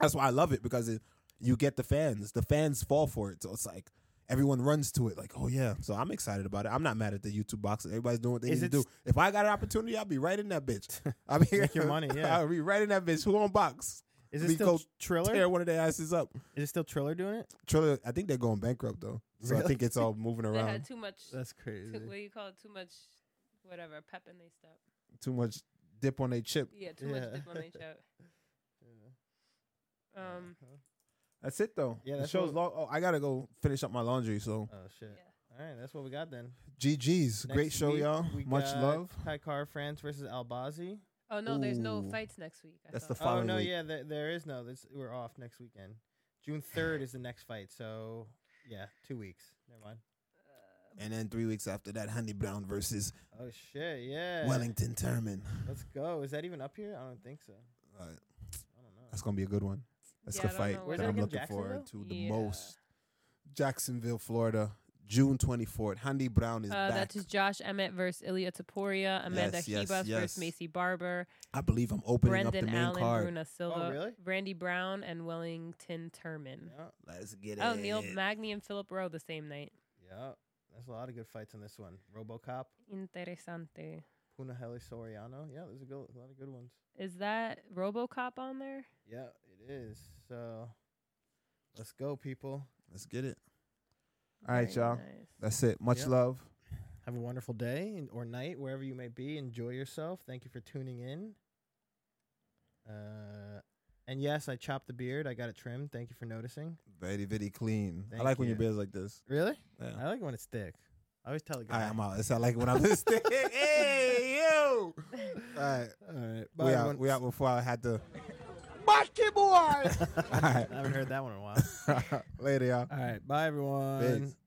B: That's why I love it because it, you get the fans. The fans fall for it, so it's like. Everyone runs to it like, oh yeah. So I'm excited about it. I'm not mad at the YouTube boxing. Everybody's doing what they
C: Is
B: need to
C: it
B: do. If I got an opportunity, I'll be right in that bitch. I mean,
C: Make your money, yeah.
B: I'll be right in that bitch. Who on box?
C: Is
B: We
C: it still
B: go
C: Triller?
B: Tear one of their asses up.
C: Is it still Triller doing it?
B: Triller, I think they're going bankrupt though. So I
C: Really?
B: think it's all moving
A: They had
B: around.
A: too much.
C: That's
A: Too,
C: crazy.
A: what do you call it? Too much, whatever. Pep in they step.
B: Too much dip on their chip.
A: Yeah, too
C: Yeah.
A: much dip on they chip. Um,
C: Oh.
B: That's it though.
C: Yeah,
B: Yeah, that
C: that's
B: show's
C: what-
B: long. Oh, I gotta go finish up my laundry. So
C: Oh shit. All right, that's what we got then.
B: GG's,
C: Next
B: great show,
C: week,
B: y'all.
C: we
B: Much
C: got
B: love.
C: Kaikar France versus Albazi.
A: oh no, there's no
B: Ooh.
A: fights next week. I
B: That's
A: thought.
B: the
C: Oh
B: Following
C: no,
B: week.
C: yeah, there, there is no. This we're off next weekend. June third is the next fight, so yeah, two weeks. Never mind.
B: And then three weeks after that, Honey Brown versus
C: Oh shit, yeah.
B: Wellington Terman.
C: Let's go. Is that even up here? I don't think so.
B: All right,
C: I don't know.
B: that's gonna be a good one. That's
A: Yeah,
B: the
A: I don't
B: fight
A: know
C: where
B: that
C: that
B: I'm
C: is.
B: looking
C: Jacksonville?
B: forward to the
A: Yeah.
B: most. Jacksonville, Florida, June 24th. Honey Brown is
A: Uh,
B: back.
A: that is Josh Emmett versus Ilya Taporia, Amanda
B: Yes, yes,
A: Hebus
B: yes.
A: versus Macy Barber,
B: I believe I'm opening up the
A: Brendan
B: main
A: Allen,
B: card.
A: Bruna Silva,
C: really?
A: Randy Brown, and Wellington Terman.
C: Yeah,
B: Let's get
A: Oh, Neil Magny and Philip Rowe the same night.
C: yeah. There's a lot of good fights on this one. RoboCop,
A: Interesante.
C: Puna Heli Soriano. Yeah, there's a, go- a lot of good ones.
A: Is that RoboCop on there?
C: Yeah, it is. So let's go, people.
B: Let's get it. All right,
A: Very
B: y'all.
A: nice.
B: That's it. Much
C: Yep.
B: love.
C: Have a wonderful day and- or night, wherever you may be. Enjoy yourself. Thank you for tuning in. Uh, and yes, I chopped the beard. I got it trimmed. Thank you for noticing.
B: Very, very clean.
C: Thank
B: I like when your
C: you.
B: beard's like this.
C: Really?
B: Yeah.
C: I like it when it's thick. I always tell a
B: All
C: guy.
B: right, I'm out. It's not like when I'm listening. hey, yo. All right.
C: All right. Bye,
B: We out,
C: everyone.
B: we out before I had to. All
C: I haven't heard that one in a while.
B: right. Later, y'all.
C: All right. Bye, everyone.
B: Peace.